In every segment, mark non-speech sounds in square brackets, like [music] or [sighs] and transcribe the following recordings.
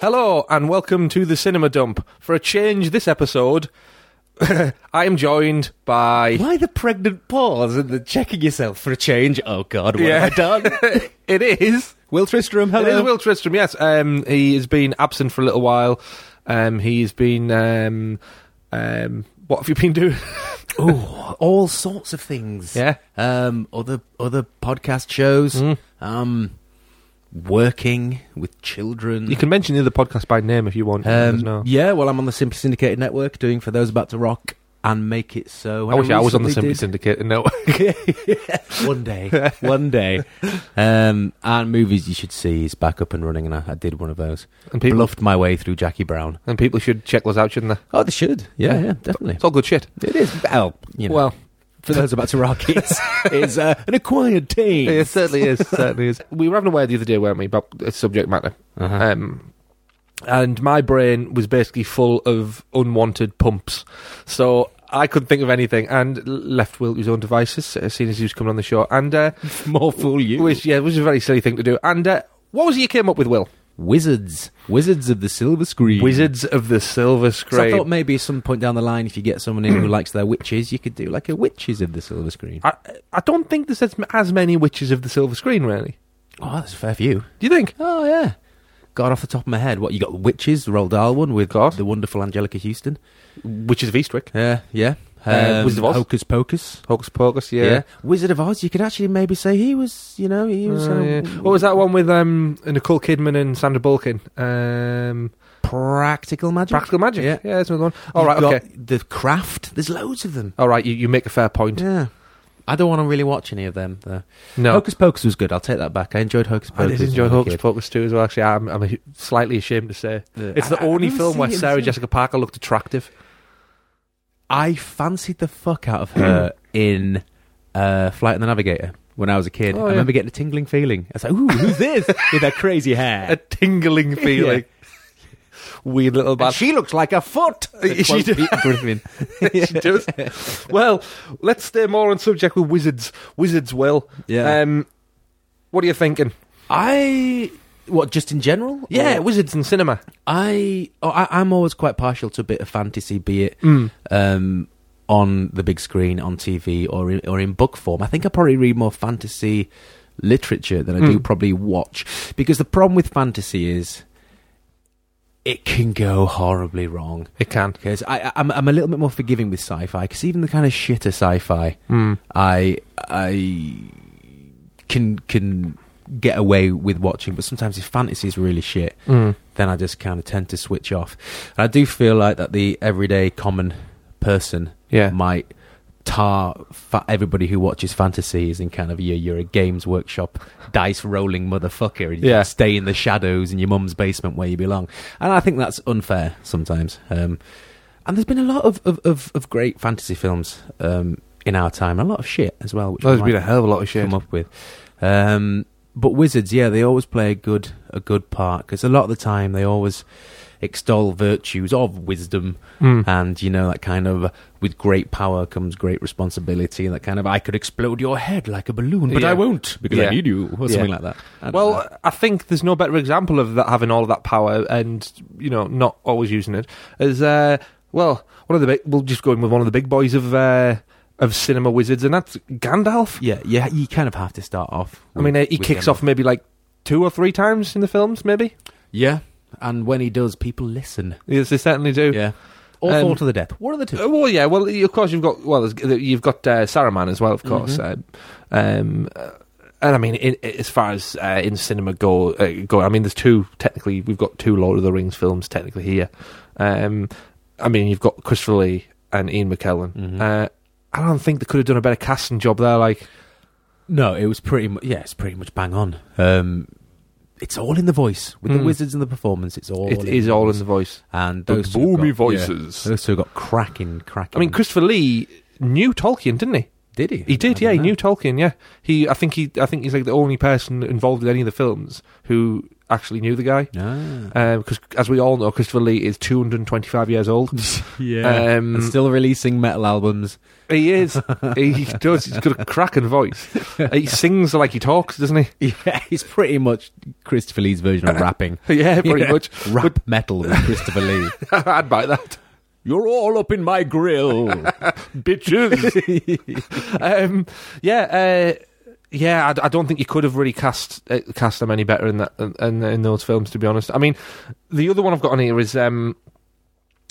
Hello and welcome to the Cinema Dump. For a change this episode, [laughs] I am joined by. Why the pregnant pause and the checking yourself for a change? Oh God, what Yeah. have I done? it [laughs] is. Will Tristram, hello. It is Will Tristram, yes. Um, he has been absent for a little while. Um, he's been. Um, um, what have you been doing? [laughs] Ooh, all sorts of things. Yeah. Mm. Um, other other podcast shows. Um, working with children. Mm. you can mention the other podcast by name if you want. um, no. Yeah. Well, I'm on the Simply Syndicated Network doing for those about to rock and make it so. I wish I was on the recently Simply did- Syndicate. [laughs] No. [laughs] one day, one day. Um, and movies you should see is back up and running, and I, I did one of those. And people- Bluffed my way through Jackie Brown. and people should check those out, shouldn't they? Oh, they should. Yeah, yeah, definitely. It's all good shit. It is. Well, you know, Well, for those about to rock, [laughs] it's, it's uh, an acquired taste. it certainly [laughs] is. Certainly is. We were having a word the other day, weren't we, about uh, subject matter. Uh-huh. Um, and my brain was basically full of unwanted pumps. So I couldn't think of anything and l- left Will to his own devices as soon as he was coming on the show. And, uh, [laughs] More fool you. which, yeah, which is a very silly thing to do. And, uh, what was it you came up with, Will? Wizards. Wizards of the Silver Screen. Wizards of the Silver 'Cause I Screen. thought maybe at some point down the line, if you get someone in who likes their witches, you could do like a Witches of the Silver Screen. I, I don't think there's as- as many witches of the Silver Screen, really. Oh, that's a fair few. Do you think? Oh, yeah. God, off the top of my head, what you got? Witches, the Roald Dahl one with God. the wonderful Angelica Houston. Witches of Eastwick. Yeah, yeah. Uh, Wizard of Oz. Hocus Pocus. Hocus Pocus, yeah. Uh, Yeah. Wizard of Oz. You could actually maybe say he was, you know, he was. Oh, uh, yeah. What was that one with um, Nicole Kidman and Sandra Bulkin? Um, Practical magic. Practical Magic. Yeah. yeah, that's another one. All right, You've okay. got The craft. There's loads of them. All right, you, you make a fair point. Yeah. I don't want to really watch any of them though. No, Hocus Pocus was good. I'll take that back. I enjoyed Hocus I Pocus. did enjoy when I was a Hocus kid. Pocus too as well. Actually, I'm, I'm a- slightly ashamed to say The- it's the I- I- only I've never film where seen it, Sarah yeah. Jessica Parker looked attractive. I fancied the fuck out of [clears throat] her in uh, Flight of the Navigator when I was a kid. Oh, I yeah. remember getting a tingling feeling. I was like, "Ooh, who's [laughs] this with her crazy A hair?" [laughs] tingling feeling. Weird little And bad. she looks [laughs] like a foot. [laughs] [laughs] She Quote does. Peter Griffin. she does. Well, let's stay more on subject with wizards. Wizards, Will. Yeah. Um, what are you thinking? I what just in general? Yeah, Or- wizards in cinema. I, oh, I I'm always quite partial to a bit of fantasy, be it Hmm. um, on the big screen, on TV, or in, or in book form. I think I probably read more fantasy literature than I do probably watch because the problem with fantasy is it can go horribly wrong. It can. Because I, I- I'm, I'm a little bit more forgiving with sci-fi. Because even the kind of shitter sci-fi, Hmm. I I can can get away with watching. But sometimes if fantasy is really shit, Hmm. then I just kind of tend to switch off. And I do feel like that the everyday common person Yeah. might tar fa- everybody who watches fantasy is in kind of you're, you're a games workshop dice rolling motherfucker and you Yeah. stay in the shadows in your mum's basement where you belong and i think that's unfair sometimes um, and there's been a lot of, of, of, of great fantasy films um, in our time a lot of shit as well which Oh, we There's been might a hell of a lot of shit. come up with um, but wizards yeah they always play a good a good part because a lot of the time they always extol virtues of wisdom Hmm. and you know that kind of with great power comes great responsibility and that kind of i could explode your head like a balloon but Yeah. i won't because Yeah. i need you or Yeah. something like that I don't Well, know. I think there's no better example of that having all that power and you know not always using it as uh, well. One of the big, we'll just go in with one of the big boys of uh, of cinema wizards, and that's Gandalf. yeah yeah you kind of have to start off I mean, uh, he with kicks them. off maybe like two or three times in the films. Maybe yeah and when he does people listen yes, they certainly do. yeah or Um, fall to the death one of the two Uh, well, yeah. Well, y- of course you've got well, there's- you've got uh, Saruman as well, of course. Um, um, uh, and I mean, in, as far as uh, in cinema go, uh, go, I mean, there's two technically. We've got two Lord of the Rings films technically here. Um, I mean, you've got Christopher Lee and Ian McKellen. Uh, I don't think they could have done a better casting job there. Like, No, it was pretty much yeah, it's pretty much bang on. Um, it's all in the voice with the Mm. wizards and the performance. It's all it is all in the voice. and The those two have gloomy got- yeah, voices. those two have got cracking, cracking. I mean, Christopher Lee knew Tolkien, didn't he? did he? He did, I yeah. don't He know. knew Tolkien, yeah. He, I think he, I think he's like the only person involved in any of the films who actually knew the guy. No. Because, as we all know, Christopher Lee is 225 years old. [laughs] Ah. [laughs] yeah. Um, and still releasing metal albums. He is. he does. He's got a cracking voice. [laughs] He sings like he talks, doesn't he? [laughs] Yeah, he's pretty much Christopher Lee's [laughs] version of rapping. Yeah, pretty Yeah. much. [laughs] Rap metal with Christopher Lee. I'd buy that. [laughs] You're all up in my [laughs] grill. Bitches. [laughs] um, yeah, uh, yeah. I, I don't think you could have really cast uh, cast them any better in that in, in those films. To be honest, I mean, the other one I've got on here is um,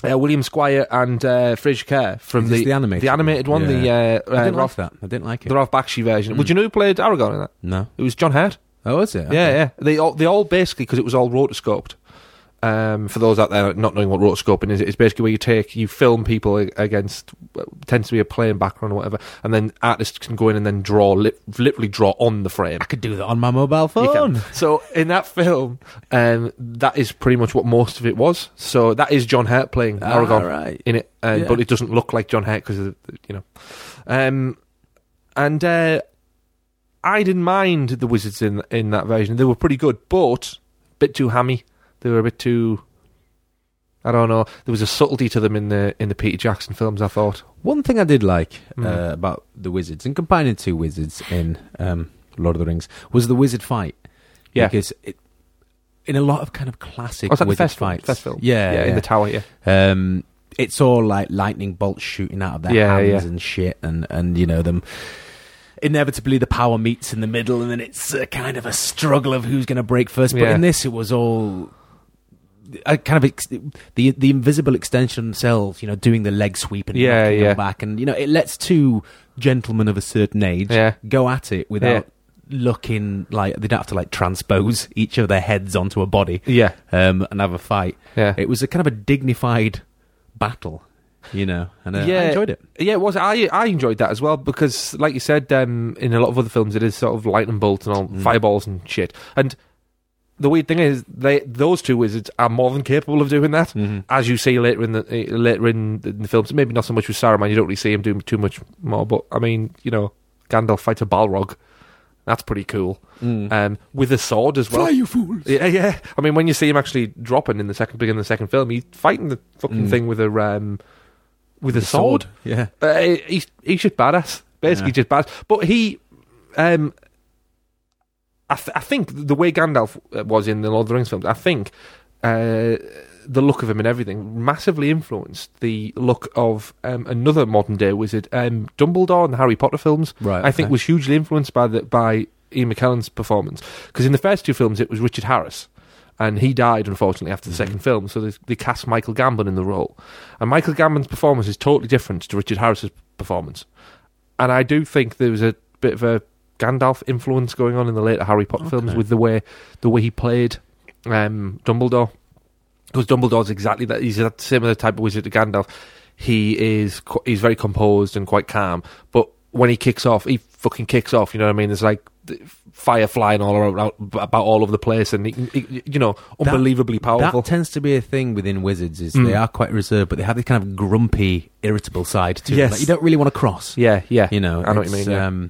uh, William Squire and uh, Fraser Kerr from Is this the animated the animated one, one? the I uh, uh, didn't like Ralph, that. I didn't like it. Mm. the Ralph Bakshi version. Would you know who played Aragon in that? No. It was John Hurt. Oh, is it? Yeah, yeah. They all they all basically because it was all rotoscoped. Um, for those out there not knowing what rotoscoping is, it's basically where you take you film people a- against tends to be a plain background or whatever, and then artists can go in and then draw li- literally draw on the frame. I could do that on my mobile You can. phone. So in that film, um, that is pretty much what most of it was. So that is John Hurt playing Ah, Aragon right. in it, um, Yeah. but it doesn't look like John Hurt because you know. Um, and uh, I didn't mind the wizards in in that version; they were pretty good, but a bit too hammy. They were a bit too. I don't know. There was a subtlety to them in the in the Peter Jackson films. I thought. One thing I did like Mm. uh, about the wizards, and combining two wizards in um, Lord of the Rings, was the wizard fight. Yeah. because it, in a lot of kind of classic Oh, was that the wizard first film? fights, First film? yeah, yeah, in the yeah. tower. Yeah, um, it's all like lightning bolts shooting out of their Yeah, hands yeah. and shit, and and you know them. Inevitably, the power meets in the middle, and then it's a kind of a struggle of who's going to break first. But Yeah. in this, it was all a kind of ex- the the invisible extension themselves, you know, doing the leg sweep and Yeah, knocking them yeah. back, and you know, it lets two gentlemen of a certain age Yeah. go at it without looking like they don't have to like transpose each of their heads onto a body yeah, um, and have a fight. yeah. It was a kind of a dignified battle, you know, and uh, Yeah. I enjoyed it. Yeah, it was. I I enjoyed that as well because, like you said, um, in a lot of other films, it is sort of lightning bolts and all Mm. fireballs and shit. And the weird thing is, they those two wizards are more than capable of doing that, as you see later in the eh, later in the, in the films. Maybe not so much with Saruman; you don't really see him doing too much more. But I mean, you know, Gandalf fights a Balrog. That's pretty cool. Um, with a sword as well. Mm. you fools! Yeah, yeah. I mean, when you see him actually dropping in the second beginning of the second film, he's fighting the fucking Mm. thing with a um, with a sword. yeah. Uh, he's he's just badass, basically Yeah. just badass. But he, um, I th- I think the way Gandalf uh, was in the Lord of the Rings films, I think uh, the look of him and everything massively influenced the look of um, another modern day wizard, um, Dumbledore, in the Harry Potter films. Right, I think okay. was hugely influenced by the by Ian McKellen's performance because in the first two films it was Richard Harris. And he died, unfortunately, after the Mm-hmm. second film. So they, they cast Michael Gambon in the role. And Michael Gambon's performance is totally different to Richard Harris's performance. And I do think there was a bit of a Gandalf influence going on in the later Harry Potter films Okay. with the way the way he played um, Dumbledore. Because Dumbledore's exactly that. He's that similar type of wizard to Gandalf. He is qu- he's very composed and quite calm. But when he kicks off, he fucking kicks off. You know what I mean? There's like th- fire flying all around about all over the place, and he, he- you know, That- unbelievably powerful. That tends to be a thing within wizards. Is Mm. they are quite reserved, but they have this kind of grumpy, irritable side to Yes. them. Like, you don't really want to cross. yeah, yeah. You know, I know what you it's, mean, yeah. Um,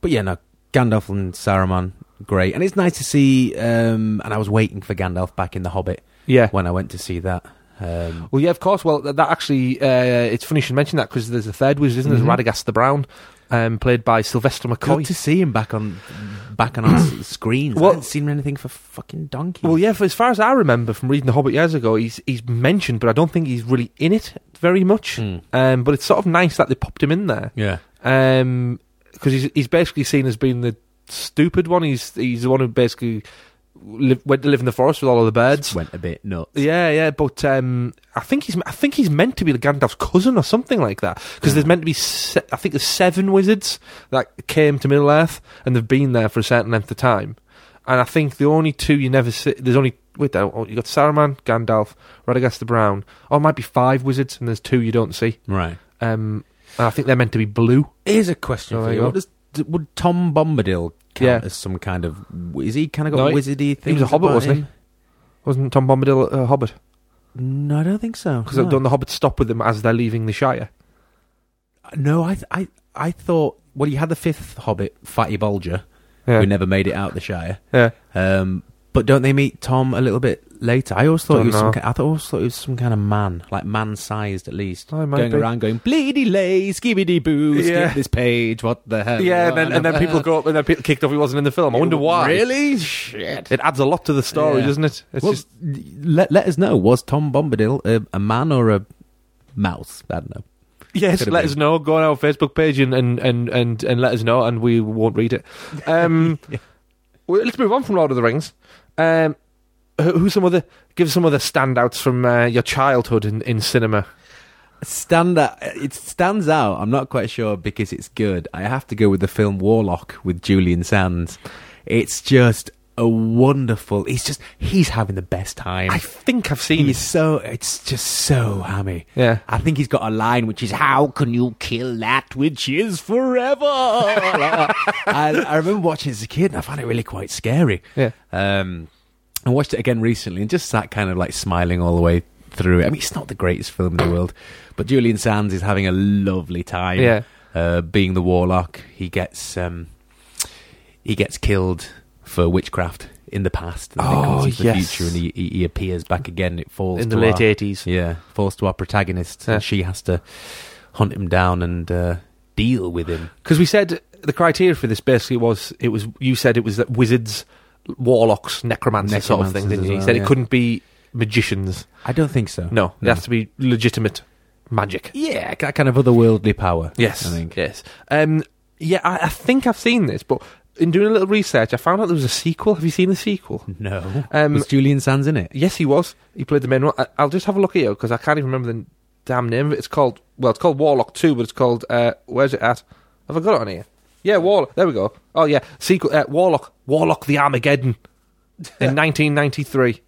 but yeah, no, Gandalf and Saruman, great, and it's nice to see. Um, and I was waiting for Gandalf back in the Hobbit yeah. when I went to see that. Um, Well, yeah, of course. Well, that, that actually, uh, it's funny you should mention that because there's a third wizard, isn't Mhm. there? Radagast the Brown, um, played by Sylvester Good McCoy. to see him back on back on our [coughs] s- screens. Well- I haven't seen anything for fucking donkey. well, yeah, for, as far as I remember from reading The Hobbit years ago, he's he's mentioned, but I don't think he's really in it very much. Mm. Um, but it's sort of nice that they popped him in there Hmm, yeah, because Um, he's he's basically seen as being the stupid one. He's he's the one who basically li- went to live in the forest with all of the birds. went a bit nuts. Yeah, yeah, but um, I think he's I think he's meant to be the Gandalf's cousin or something like that because there's meant to be se- I think there's seven wizards that came to Middle Earth and they've been there for a certain length of time, and I think the only two you never see there's only wait there you got Saruman, Gandalf, Radagast the Brown, or it might be five wizards and there's two you don't see. Right. Um, and I think they're meant to be blue. Here's a question Oh, for there you. you go. What does, d- would Tom Bombadil count Yeah. as some kind of? Is he kind of No, got he- wizardy He things? was a hobbit, about wasn't him? he? Wasn't Tom Bombadil a hobbit? No, I don't think so. Because no. don't the hobbits stop with them as they're leaving the Shire? No, I, th- I, I thought. Well, you had the fifth Hobbit, Fatty Bulger, Yeah, who never made it out the Shire. yeah. Um, But don't they meet Tom a little bit later? I always thought Don't he was know. some kind, I thought- always thought he was some kind of man, like man-sized at least, Oh, he might going be. around going bleedy lay, skibidi boo, Yeah. skip this page, what the hell? yeah, and then, and [laughs] then people go up and then people kicked off he wasn't in the film. I wonder why. Really? Shit. It adds a lot to the story, Yeah. doesn't it? It's well, just let let us know. Was Tom Bombadil a, a man or a mouse? I don't know. Yes, Could have let been. us know. Go on our Facebook page and and, and, and and let us know, and we won't read it. Um, [laughs] Yeah. well, let's move on from Lord of the Rings. Um, who, who's some other? Give some other standouts from uh, your childhood in, in cinema. Stand out, it stands out. I'm not quite sure because it's good. I have to go with the film Warlock with Julian Sands. It's just a wonderful. He's just he's having the best time. I think I've seen. he's it. so it's just so hammy. Yeah, I think he's got a line which is "How can you kill that which is forever?" [laughs] I, I remember watching it as a kid, and I found it really quite scary. yeah. Um, I watched it again recently and just sat kind of like smiling all the way through it. I mean, it's not the greatest film in the world, but Julian Sands is having a lovely time. Yeah. Uh, being the warlock, he gets um, he gets killed for witchcraft in the past. And then Oh, it comes into the yes. future and he, he, he appears back again. It falls In the to late our, eighties. yeah, falls to our protagonist, Yeah. and she has to hunt him down and uh, deal with him. Because we said the criteria for this basically was it was you said it was that wizards, warlocks, necromancers, sort of Necromancers thing. Didn't as you? you well, said yeah. it couldn't be magicians. I don't think so. No, it No. has to be legitimate magic. Yeah, that kind of otherworldly power. Yes, I think. yes. Um, yeah, I, I think I've seen this, but in doing a little research, I found out there was a sequel. Have you seen the sequel? No. Um, was Julian Sands in it? Yes, he was. He played the main role. I, I'll just have a look at you because I can't even remember the damn name of it. It's called well, it's called Warlock Two, but it's called uh, where's it at? Have I got it on here? Yeah, Warlock. There we go. Oh yeah, sequel. Uh, Warlock, Warlock the Armageddon. In 1993.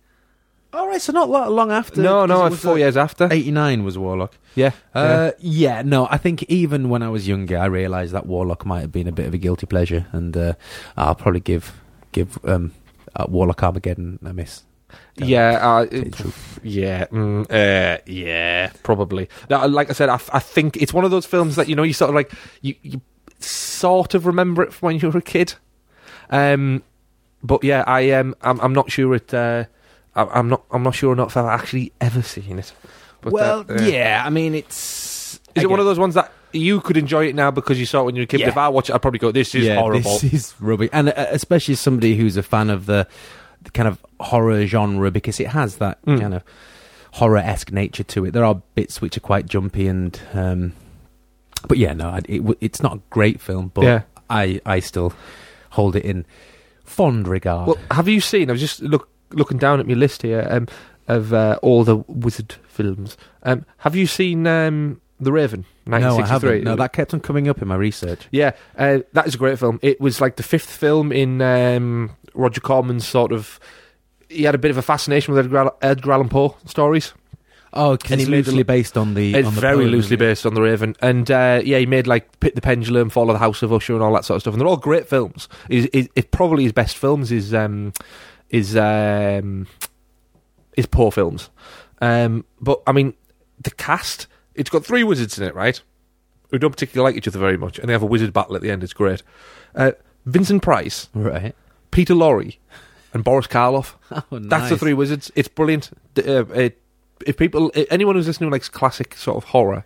All right, so not lo- long after. no, no, because it was, four uh, years after. Eighty-nine was Warlock. Yeah, yeah. Uh, yeah. no, I think even when I was younger, I realised that Warlock might have been a bit of a guilty pleasure, and uh, I'll probably give give um, uh, Warlock Armageddon a miss. don't yeah. Uh, Tell you the truth. Yeah, mm, uh, yeah, probably. Now, uh, like I said, I, f- I think it's one of those films that you know you sort of like you, you sort of remember it from when you were a kid. Um, but yeah, I um, I'm, I'm not sure it. Uh, I, I'm not I'm not sure or not if I've actually ever seen it. But, well, uh, uh, yeah, I mean, it's Is it one of those ones that you could enjoy it now because you saw it when you were a kid? but Yeah. If I watch it, I'd probably go, "This is horrible." This [laughs] is rubbish, and uh, especially somebody who's a fan of the, the kind of horror genre because it has that Mm. kind of horror esque nature to it. There are bits which are quite jumpy and, um, but yeah, no, I- it, w- it's not a great film, but Yeah. I I still hold it in fond regard. Well, have you seen? I was just look looking down at my list here um, of uh, all the wizard films. Um, have you seen um, The Raven? no, I 1963. haven't. No, that kept on coming up in my research. Yeah, uh, that is a great film. It was like the fifth film in um, Roger Corman's sort of. He had a bit of a fascination with Edgar, Al- Edgar Allan Poe stories. Oh, because And it's he made a loosely lo- based on the. It's on the very poem, loosely isn't it? based on The Raven, and uh, yeah, he made like Pit the Pendulum, Fall of the House of Usher, and all that sort of stuff. And they're all great films. Is it probably his best films is um, is um, is poor films. Um, but I mean, the cast. It's got three wizards in it, right? Who don't particularly like each other very much, and they have a wizard battle at the end. It's great. Uh, Vincent Price, Right. [laughs] Peter Lorre, and Boris Karloff. Oh, That's the nice. Three Wizards. It's brilliant. D- Uh, it, if people, i- anyone who's listening who likes classic sort of horror,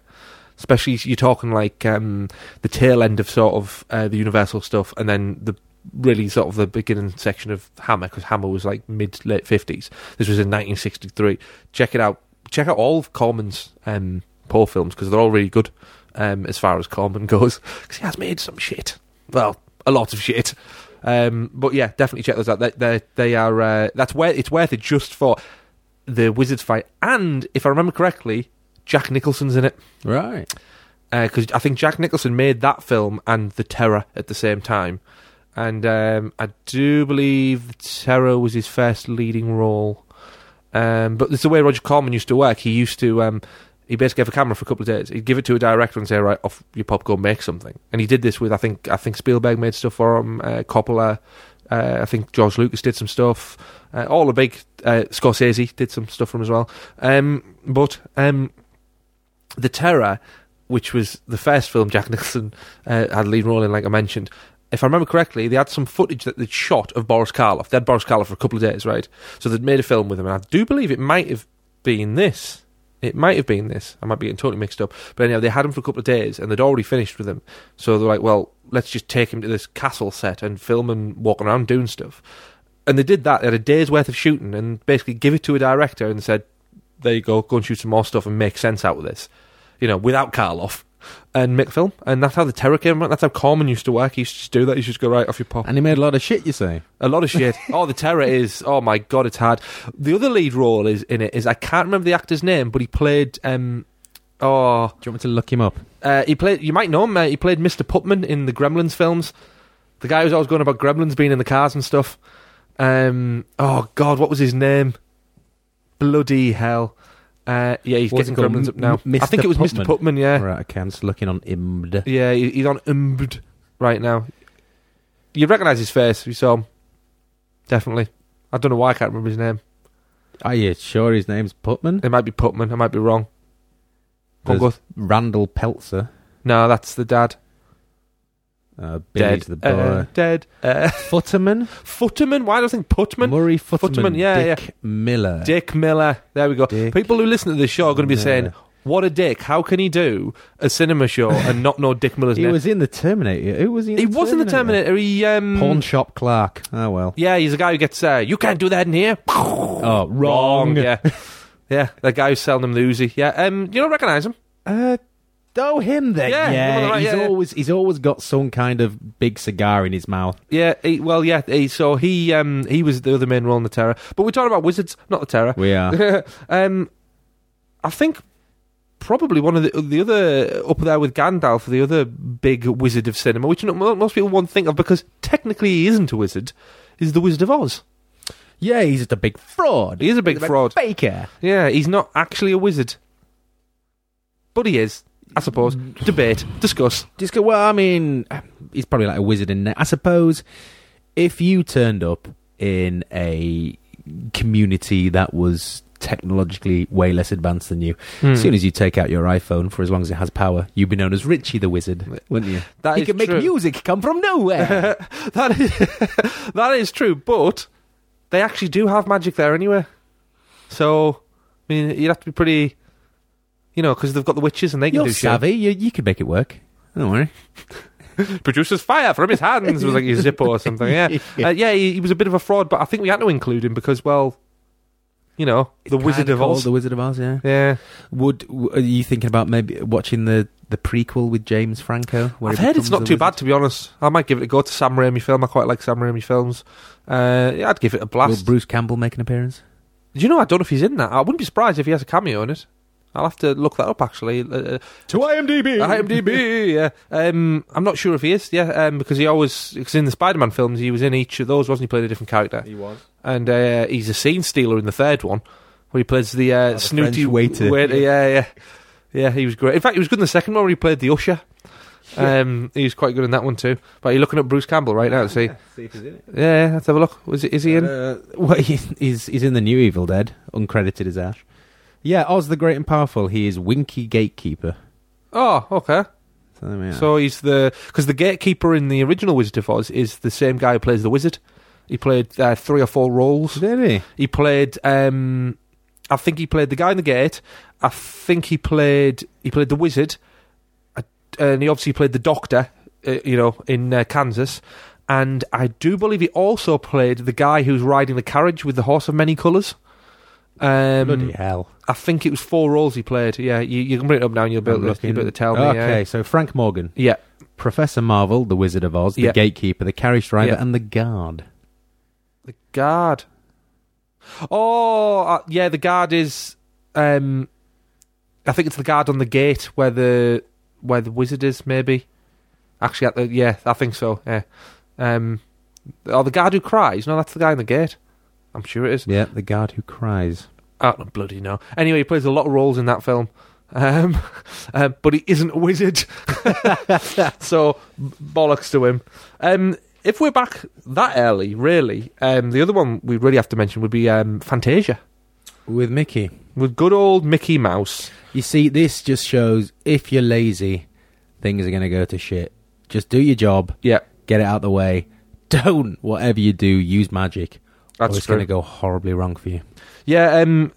especially if you're talking like um, the tail end of sort of uh, the Universal stuff, and then the really sort of the beginning section of Hammer, because Hammer was like mid late fifties. This was in 1963. Check it out. Check out all of Corman's um, Poe films because they're all really good um, as far as Corman [laughs] goes. Because he has made some shit. Well, a lot of shit. Um, but yeah, definitely check those out. They, they, they are. Uh, that's where it's worth it just for the wizards fight. And if I remember correctly, Jack Nicholson's in it Right. because Uh, I think Jack Nicholson made that film and The Terror at the same time. And um, I do believe The Terror was his first leading role. Um, but it's the way Roger Corman used to work. He used to. Um, he basically have a camera for a couple of days. He'd give it to a director and say, "Right, off your pop, go make something." And he did this with, I think, I think Spielberg made stuff for him, uh, Coppola, uh, I think George Lucas did some stuff. Uh, all the big uh, Scorsese did some stuff for him as well. Um, but um, [laughs] the Terror, which was the first film Jack Nicholson uh, had a lead role in, like I mentioned, if I remember correctly, they had some footage that they'd shot of Boris Karloff. They had Boris Karloff for a couple of days, right? So they'd made a film with him, and I do believe it might have been this. It might have been this. I might be getting totally mixed up. But anyhow, they had him for a couple of days, and they'd already finished with him. So they're like, well, let's just take him to this castle set and film him walking around doing stuff. And they did that. They had a day's worth of shooting and basically give it to a director and said, there you go, go and shoot some more stuff and make sense out of this. You know, without Karloff and make a film. And that's how the terror came around. That's how Corman used to work. He used to just do that. He used to just go right off your pop. Oh. And he made a lot of shit, you say? A lot of shit. oh, the terror is. Oh my god, it's hard. The other lead role is in it is I can't remember the actor's name, but he played. um Oh, Do you want me to look him up? uh, he played. You might know him. Uh, he played Mr. Putman in the Gremlins films. The guy who's always going about Gremlins being in the cars and stuff. Um. Oh God, what was his name? Bloody hell. Uh, yeah, he's What was getting it called? Gremlins up now. M- I think it was Mr. Mr. Putman. Yeah. Right, okay, I'm just looking on IMDb. Yeah, he- he's on umbed right now. You recognise his face if you saw him. Definitely. I don't know why I can't remember his name. Are you sure his name's Putman? It might be Putman. I might be wrong. There's- Punguth. Randall Peltzer. No, that's the dad. Uh, Dead. Billy's the boy. Uh, dead. Uh, Futterman? Futterman. Why do I think Putman? Murray Futterman. Futterman, yeah, Dick Miller. Dick Miller. There we go. Dick People who listen to this show are going to be Miller. saying, "What a dick! How can he do a cinema show and not know Dick Miller's [laughs] He name?" was in the Terminator. Who was he in he was in the Terminator. He um, Pawn shop clerk. Oh, well. Yeah, he's a guy who gets. Uh, you can't do that in here. Oh, wrong. Yeah, yeah. The guy who's selling him the Uzi. Yeah. Um, you don't recognise him? Uh, oh, him then. Yeah, Yeah, you're right, he's yeah, yeah. always he's always got some kind of big cigar in his mouth. Yeah. He, well, yeah. He, so he um he was the other main role in the Terror. But we're talking about wizards, not the Terror. [laughs] We are. um, I think probably one of the the other up there with Gandalf, the other big wizard of cinema, which not- most people won't think of because technically he isn't a wizard. Is the Wizard of Oz? yeah, he's just a big fraud. He is a big He's a fraud. Baker. Yeah, he's not actually a wizard, but he is. I suppose. [sighs] Debate, discuss. Just go. Well, I mean, he's probably like a wizard in there. I suppose if you turned up in a community that was technologically way less advanced than you, Hmm. as soon as you take out your iPhone for as long as it has power, you'd be known as Richie the Wizard, wouldn't you? That he is could make true. music come from nowhere. [laughs] That is that is [laughs] true, but they actually do have magic there anyway. So, I mean, you'd have to be pretty, you know, because they've got the witches and they can You're do shit. savvy. You, you could make it work. Don't worry. produces fire from his hands was like his Zippo or something. [laughs] [laughs] Yeah, uh, yeah, he, he was a bit of a fraud, but I think we had to include him because, well, you know, the It's Wizard kinda of called Oz. The Wizard of Oz. Yeah. yeah, Would w- are you thinking about maybe watching the the prequel with James Franco? where I've he heard it's becomes not a too wizard? bad to be honest. I might give it a go to Sam Raimi film. I quite like Sam Raimi films. Uh, yeah, I'd give it a Will blast. Bruce Campbell make an appearance? Do you know? I don't know if he's in that. I wouldn't be surprised if he has a cameo in it. I'll have to look that up actually. Uh, To IMDb. IMDb, yeah. Um, I'm not sure if he is, yeah, um, because he always, because in the Spider-Man films, he was in each of those, wasn't he? Played a different character. He was. and uh, he's a scene stealer in the third one, where he plays the, uh, Oh, the snooty French waiter. Yeah, yeah, yeah. He was great. In fact, he was good in the second one where he played the usher. Um, he was quite good in that one too. But you're looking at Bruce Campbell right now. [laughs] See, See if he's in it. yeah, let's have a look. Was it? Is he in? Uh, well, he, he's he's in the new Evil Dead, uncredited as Ash. Yeah, Oz the Great and Powerful. He is Winky Gatekeeper. Oh, okay. So, there we are. So he's the because the gatekeeper in the original Wizard of Oz is the same guy who plays the wizard. He played uh, three or four roles. did he? He played. Um, I think he played the guy in the gate. I think he played. He played the wizard, Uh, and he obviously played the doctor. Uh, you know, in uh, Kansas, and I do believe he also played the guy who's riding the carriage with the horse of many colours. Bloody Um, hell! I think it was four roles he played. Yeah, you, you can bring it up now, and you'll be I'm able to, looking. you'll be able to tell me. okay, yeah. so Frank Morgan, Yeah, Professor Marvel, the Wizard of Oz, the Yeah. Gatekeeper, the Carriage Driver, Yeah. and the Guard. The guard. Oh, uh, yeah, the guard is. Um, I think it's the guard on the gate where the where the wizard is. Maybe actually, at the yeah, I think so. Yeah. Um, oh, the guard who cries. No, that's the guy in the gate. I'm sure it is. Yeah, the Guard who cries. I don't Ah, bloody know. Anyway, he plays a lot of roles in that film. Um, [laughs] uh, but he isn't a wizard. [laughs] so, b- bollocks to him. Um, if we're back that early, really, um, the other one we really have to mention would be um, Fantasia with Mickey. with good old Mickey Mouse. You see, this just shows if you're lazy, things are going to go to shit. Just do your job, Yeah. get it out the way. Don't whatever you do, use magic. or That's Oh, it's going true. to go horribly wrong for you. Yeah, um,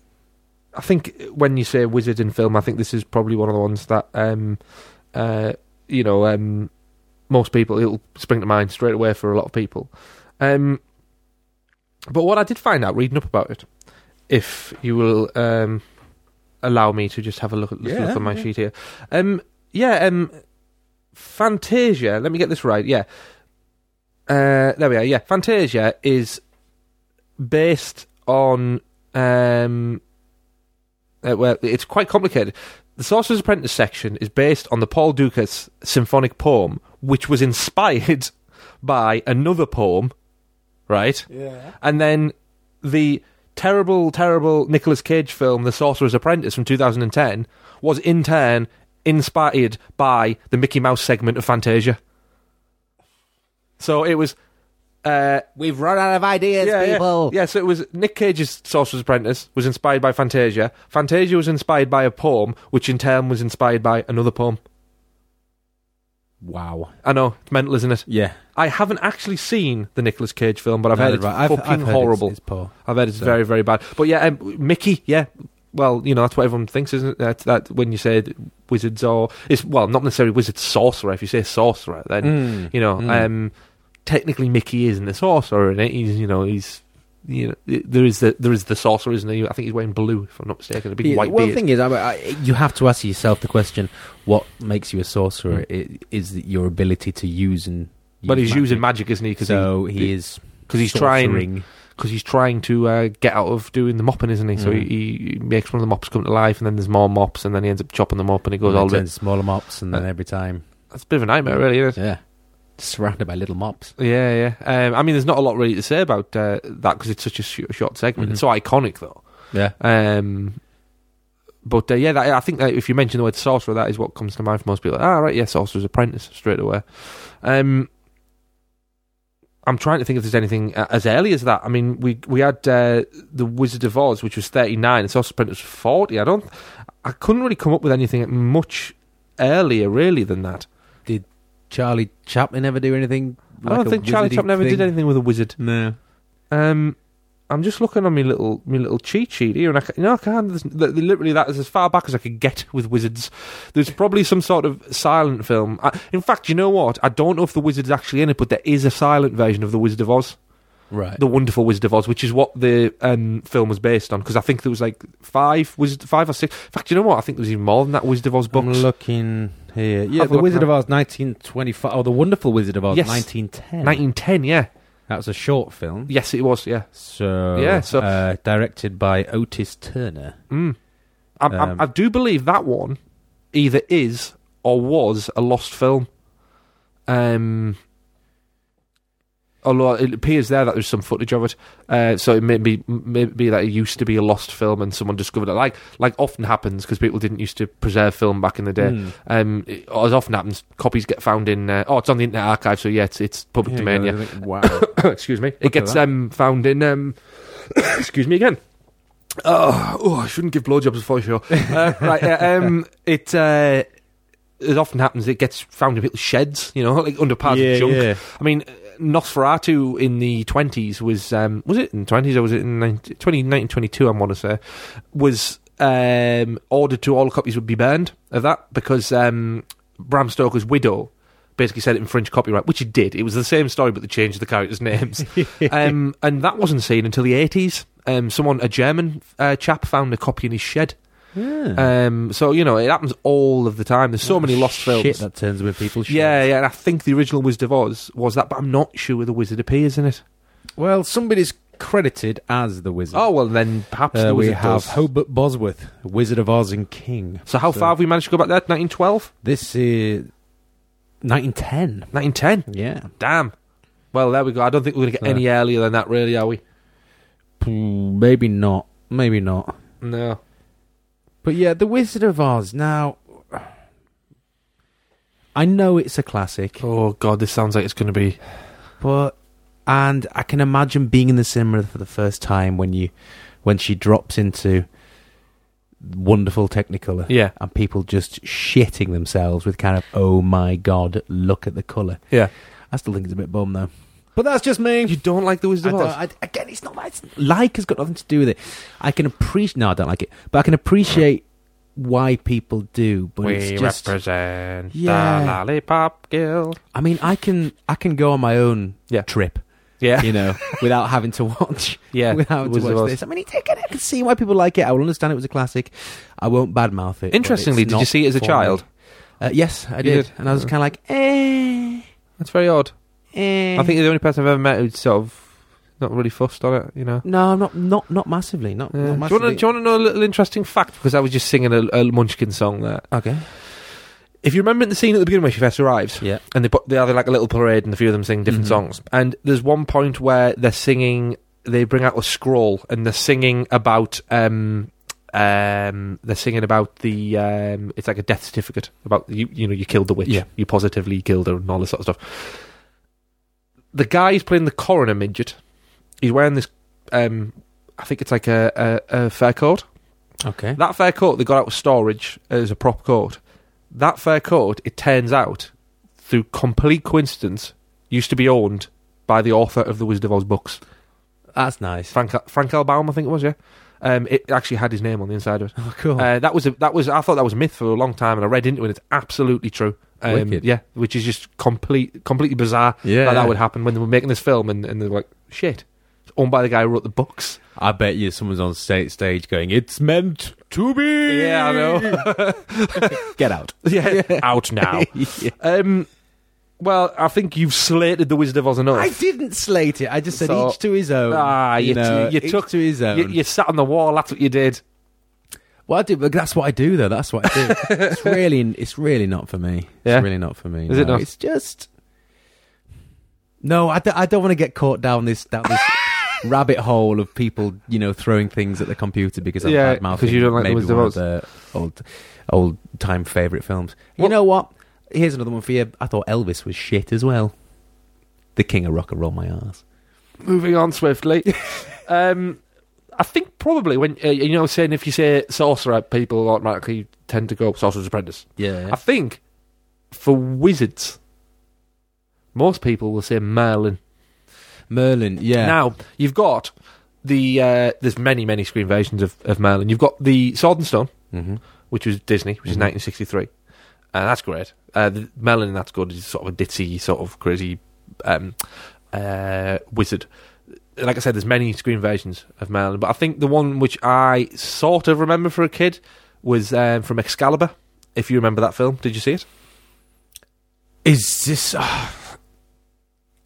I think when you say wizard in film, I think this is probably one of the ones that, um, uh, you know, um, most people it'll spring to mind straight away for a lot of people. Um, but what I did find out reading up about it, if you will um, allow me to just have a look at, Yeah, look on my yeah. sheet here, um, yeah, um, Fantasia. Let me get this right. Yeah, uh, there we are. Yeah, Fantasia is based on. Um, uh, well, it's quite complicated. The Sorcerer's Apprentice section is based on the Paul Dukas symphonic poem, which was inspired [laughs] by another poem, right? Yeah. And then the terrible, terrible Nicolas Cage film, The Sorcerer's Apprentice from 2010, was in turn inspired by the Mickey Mouse segment of Fantasia. So it was. Uh, We've run out of ideas, yeah, people. Yeah. yeah, so it was Nick Cage's Sorcerer's Apprentice was inspired by Fantasia. Fantasia was inspired by a poem, which in turn was inspired by another poem. Wow. I know, it's mental, isn't it? Yeah. I haven't actually seen the Nicolas Cage film, but I've heard it's Right. I've- fucking I've heard it's- horrible. It's, poor. I've heard it's So- very, very bad. But yeah, um, Mickey, yeah. Well, you know, that's what everyone thinks, isn't it? That, that when you say wizards or. It's, well, not necessarily wizard, sorcerer. If you say sorcerer, then, you know, Mm. um, technically Mickey isn't the sorcerer, and he's, you know, he's. You know, i- there is the there is the sorcerer, isn't he? I think he's wearing blue, if I'm not mistaken, a big Yeah, white well, beard. the thing is, I, I, you have to ask yourself the question: What makes you a sorcerer? It, is it your ability to use and Mm. but use he's using magic, isn't he? Because so he, is cause he's trying sorcering. because he's trying to uh, get out of doing the mopping, isn't he? So he, Mm. he makes one of the mops come to life, and then there's more mops, and then he ends up chopping them up, and he goes And all turns the into smaller mops, and then every time, That's a bit of a nightmare, really, isn't it? yeah, surrounded by little mops. Yeah, yeah. Um, I mean, there's not a lot really to say about uh, that because it's such a sh- short segment. Mm-hmm. It's so iconic, though. Yeah, Um, but uh, yeah, that, I think that if you mention the word sorcerer, that is what comes to mind for most people. Ah, right, yeah, sorcerer's apprentice straight away. Um, I'm trying to think if there's anything uh, as early as that. I mean, we we had uh, the Wizard of Oz, which was 39, and sorcerer's apprentice was 40. I don't, I couldn't really come up with anything much earlier, really, than that. Charlie Chaplin never do anything. I don't think Charlie Chaplin ever did anything with a wizard. No. Um, I'm just looking on my little my little cheat sheet here, and I ca- you know I can't. there's- th- Literally, that is as far back as I could get with wizards. There's probably some sort of silent film. I, in fact, you know what? I don't know if the wizard's actually in it, but there is a silent version of the Wizard of Oz, Right. the Wonderful Wizard of Oz, which is what the um, film was based on. Because I think there was like five wizard, five or six. In fact, you know what? I think there was even more than that Wizard of Oz I'm books. looking here. Yeah, Have a The look Wizard now. of Oz, 1925. Oh, The Wonderful Wizard of Oz, Yes. 1910. 1910, yeah, That was a short film. yes, it was, yeah. So Yeah, so- uh, directed by Otis Turner. Mm. I, I- Um, I, do believe that one either is or was a lost film. Um, although it appears there that there's some footage of it, uh, so it may be, may be that it used to be a lost film and someone discovered it. Like like often happens because people didn't used to preserve film back in the day. Mm. Um, it- as often happens, copies get found in. Uh, oh, it's on the internet archive, so yeah, it's, it's public Here you domain. go, Yeah, there's [laughs] a- Wow. [coughs] excuse me. It gets that. um, found in. Um, [coughs] excuse me again. Oh, oh, I shouldn't give blowjobs before show. Uh, [laughs] right, yeah, um, it uh, it often happens. It gets found in people's sheds, you know, like under piles Yeah, of junk. yeah. I mean, uh, Nosferatu in the twenties was um, was it in twenties or was it in 19, 20, 1922, I want to say was um, ordered to all copies would be burned of that because um, Bram Stoker's widow basically said it infringed copyright, which it did. It was the same story, but they changed the characters' [laughs] names. um, and that wasn't seen until the 80s. Um, someone, a German uh, chap, found a copy in his shed. Yeah. Um, so, you know, it happens all of the time. There's so many lost Shit, films. that turns with people. yeah, yeah, and I think the original Wizard of Oz was that, but I'm not sure where the wizard appears in it. Well, somebody's credited as the wizard. Oh, well, then perhaps Uh, the we wizard have does. Hobart Bosworth, Wizard of Oz and King. So, how far have we managed to go back there? 1912? This is 1910. 1910? Yeah. Damn. Well, there we go. I don't think we're going to get Yeah. any earlier than that, really, are we? Hmm, Maybe not. Maybe not. No. But yeah, The Wizard of Oz. Now, I know it's a classic, Oh, God, this sounds like it's going to be. but and I can imagine being in the cinema for the first time when you when she drops into wonderful Technicolor. Yeah. and people just shitting themselves with kind of oh my god look at the color Yeah. I still think it's a bit bum though. But that's just me. You don't like The Wizard I of don't- Oz? I- again, it's not that it's, like has got nothing to do with it. I can appreciate. No, I don't like it, but I can appreciate why people do. But it's just. represent Yeah. Lollipop Guild. I mean, I can I can go on my own Yeah. trip, Yeah, you [laughs] know, without having to watch. yeah. [laughs] without having to Wizard of watch Oz. this. I mean, it, again, I can see why people like it. I will understand it was a classic. I won't badmouth it. but Interestingly, it's did you not see it as a for child? me. Uh, yes, I You did. did? Oh. and I was kind of like, eh, That's very odd. eh. I think you're the only person I've ever met who's sort of not really fussed on it. You know. no, not not not massively, not, Yeah. not Do, you massively. want to, do you want to know a little interesting fact? Because I was just singing a, a Munchkin song there. Okay. If you remember the scene at the beginning where she first arrives, Yeah. and they put they have like a little parade, and a few of them sing different Mhm. songs. And there's one point where they're singing, they bring out a scroll, and they're singing about, um, um, they're singing about the, um, it's like a death certificate about you, you know, you killed the witch, Yeah. you positively killed her, and all this sort of stuff. The guy who's playing the coroner midget. He's wearing this, um, I think it's like a, a, a fur coat. Okay. That fair coat they got out of storage as a prop coat. That fair coat, it turns out, through complete coincidence, used to be owned by the author of the Wizard of Oz books, That's [laughs] nice. Frank Frank L. Baum, I think it was. Yeah, um, it actually had his name on the inside of it. Oh, cool. Uh, that was a, that was I thought that was a myth for a long time, and I read into it. It's absolutely true. Um, Wicked. yeah, which is just complete completely bizarre yeah. that that would happen when they were making this film, and, and they were like, shit, it's owned by the guy who wrote the books. [laughs] I bet you someone's on stage, stage going, "It's meant to be." Yeah, I know. [laughs] [laughs] Get [laughs] out. yeah, out now. Um, well, I think you've slated the Wizard of Oz enough. I didn't slate it. I just said So- each to his own. Ah, you t- you each took- to his own. you, you sat on the wall. That's what you did. Well, I do, but that's what I do, though. That's what I do. [laughs] it's really, it's really not for me. Yeah? It's really not for me. Is it no. not? It's just no. I, d- I don't want to get caught down this down [laughs] this rabbit hole of people, you know, throwing things at the computer because I'm Yeah, bad mouthing. 'cause you don't like the maybe Wizard of one Oz. the old old time favorite films. You What- know what? Here's another one for you. I thought Elvis was shit as well. The King of Rock and Roll My Ass. Moving on [laughs] swiftly. um, I think probably when uh, you know saying if you say sorcerer, people automatically tend to go sorcerer's apprentice. I Yeah. think for wizards, most people will say Merlin. Merlin. Yeah. Now you've got the uh, there's many many screen versions of, of Merlin. You've got the Sword and Stone. hmm which was Disney, which is Mhm. 1963. Uh, that's great. Uh, the Merlin in That's Good is sort of a ditzy, sort of crazy um, uh, wizard. Like I said, there's many screen versions of Merlin, but I think the one which I sort of remember for a kid was um, from Excalibur. If you remember that film, did you see it? Is this? uh,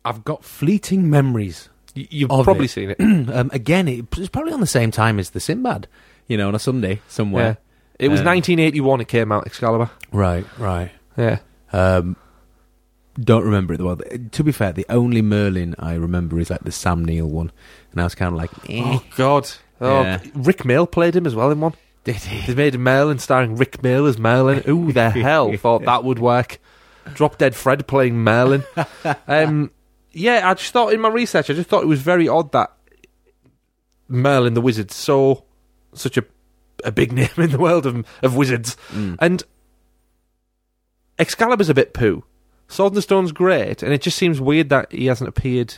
I've got fleeting memories. [clears throat] Y- You've Of probably it. seen it. um, again, it was probably on the same time as the Sinbad. You know, on a Sunday yeah. somewhere. It was Um, 1981. It came out Excalibur. Right, right. Yeah. Um, don't remember it well. To be fair, the only Merlin I remember is like the Sam Neill one, and I was kind of like, eh. Oh God. Oh, Yeah. Rick Mail played him as well in one. [laughs] did [laughs] he? They made Merlin starring Rick Mail as Merlin. Ooh, the hell thought that would work. Drop Dead Fred playing Merlin. Um, yeah, I just thought in my research, I just thought it was very odd that Merlin the Wizard so such a a big [laughs] name in the world of of wizards, Mm. and Excalibur's a bit poo. Sword and the Stone's great, and it just seems weird that he hasn't appeared.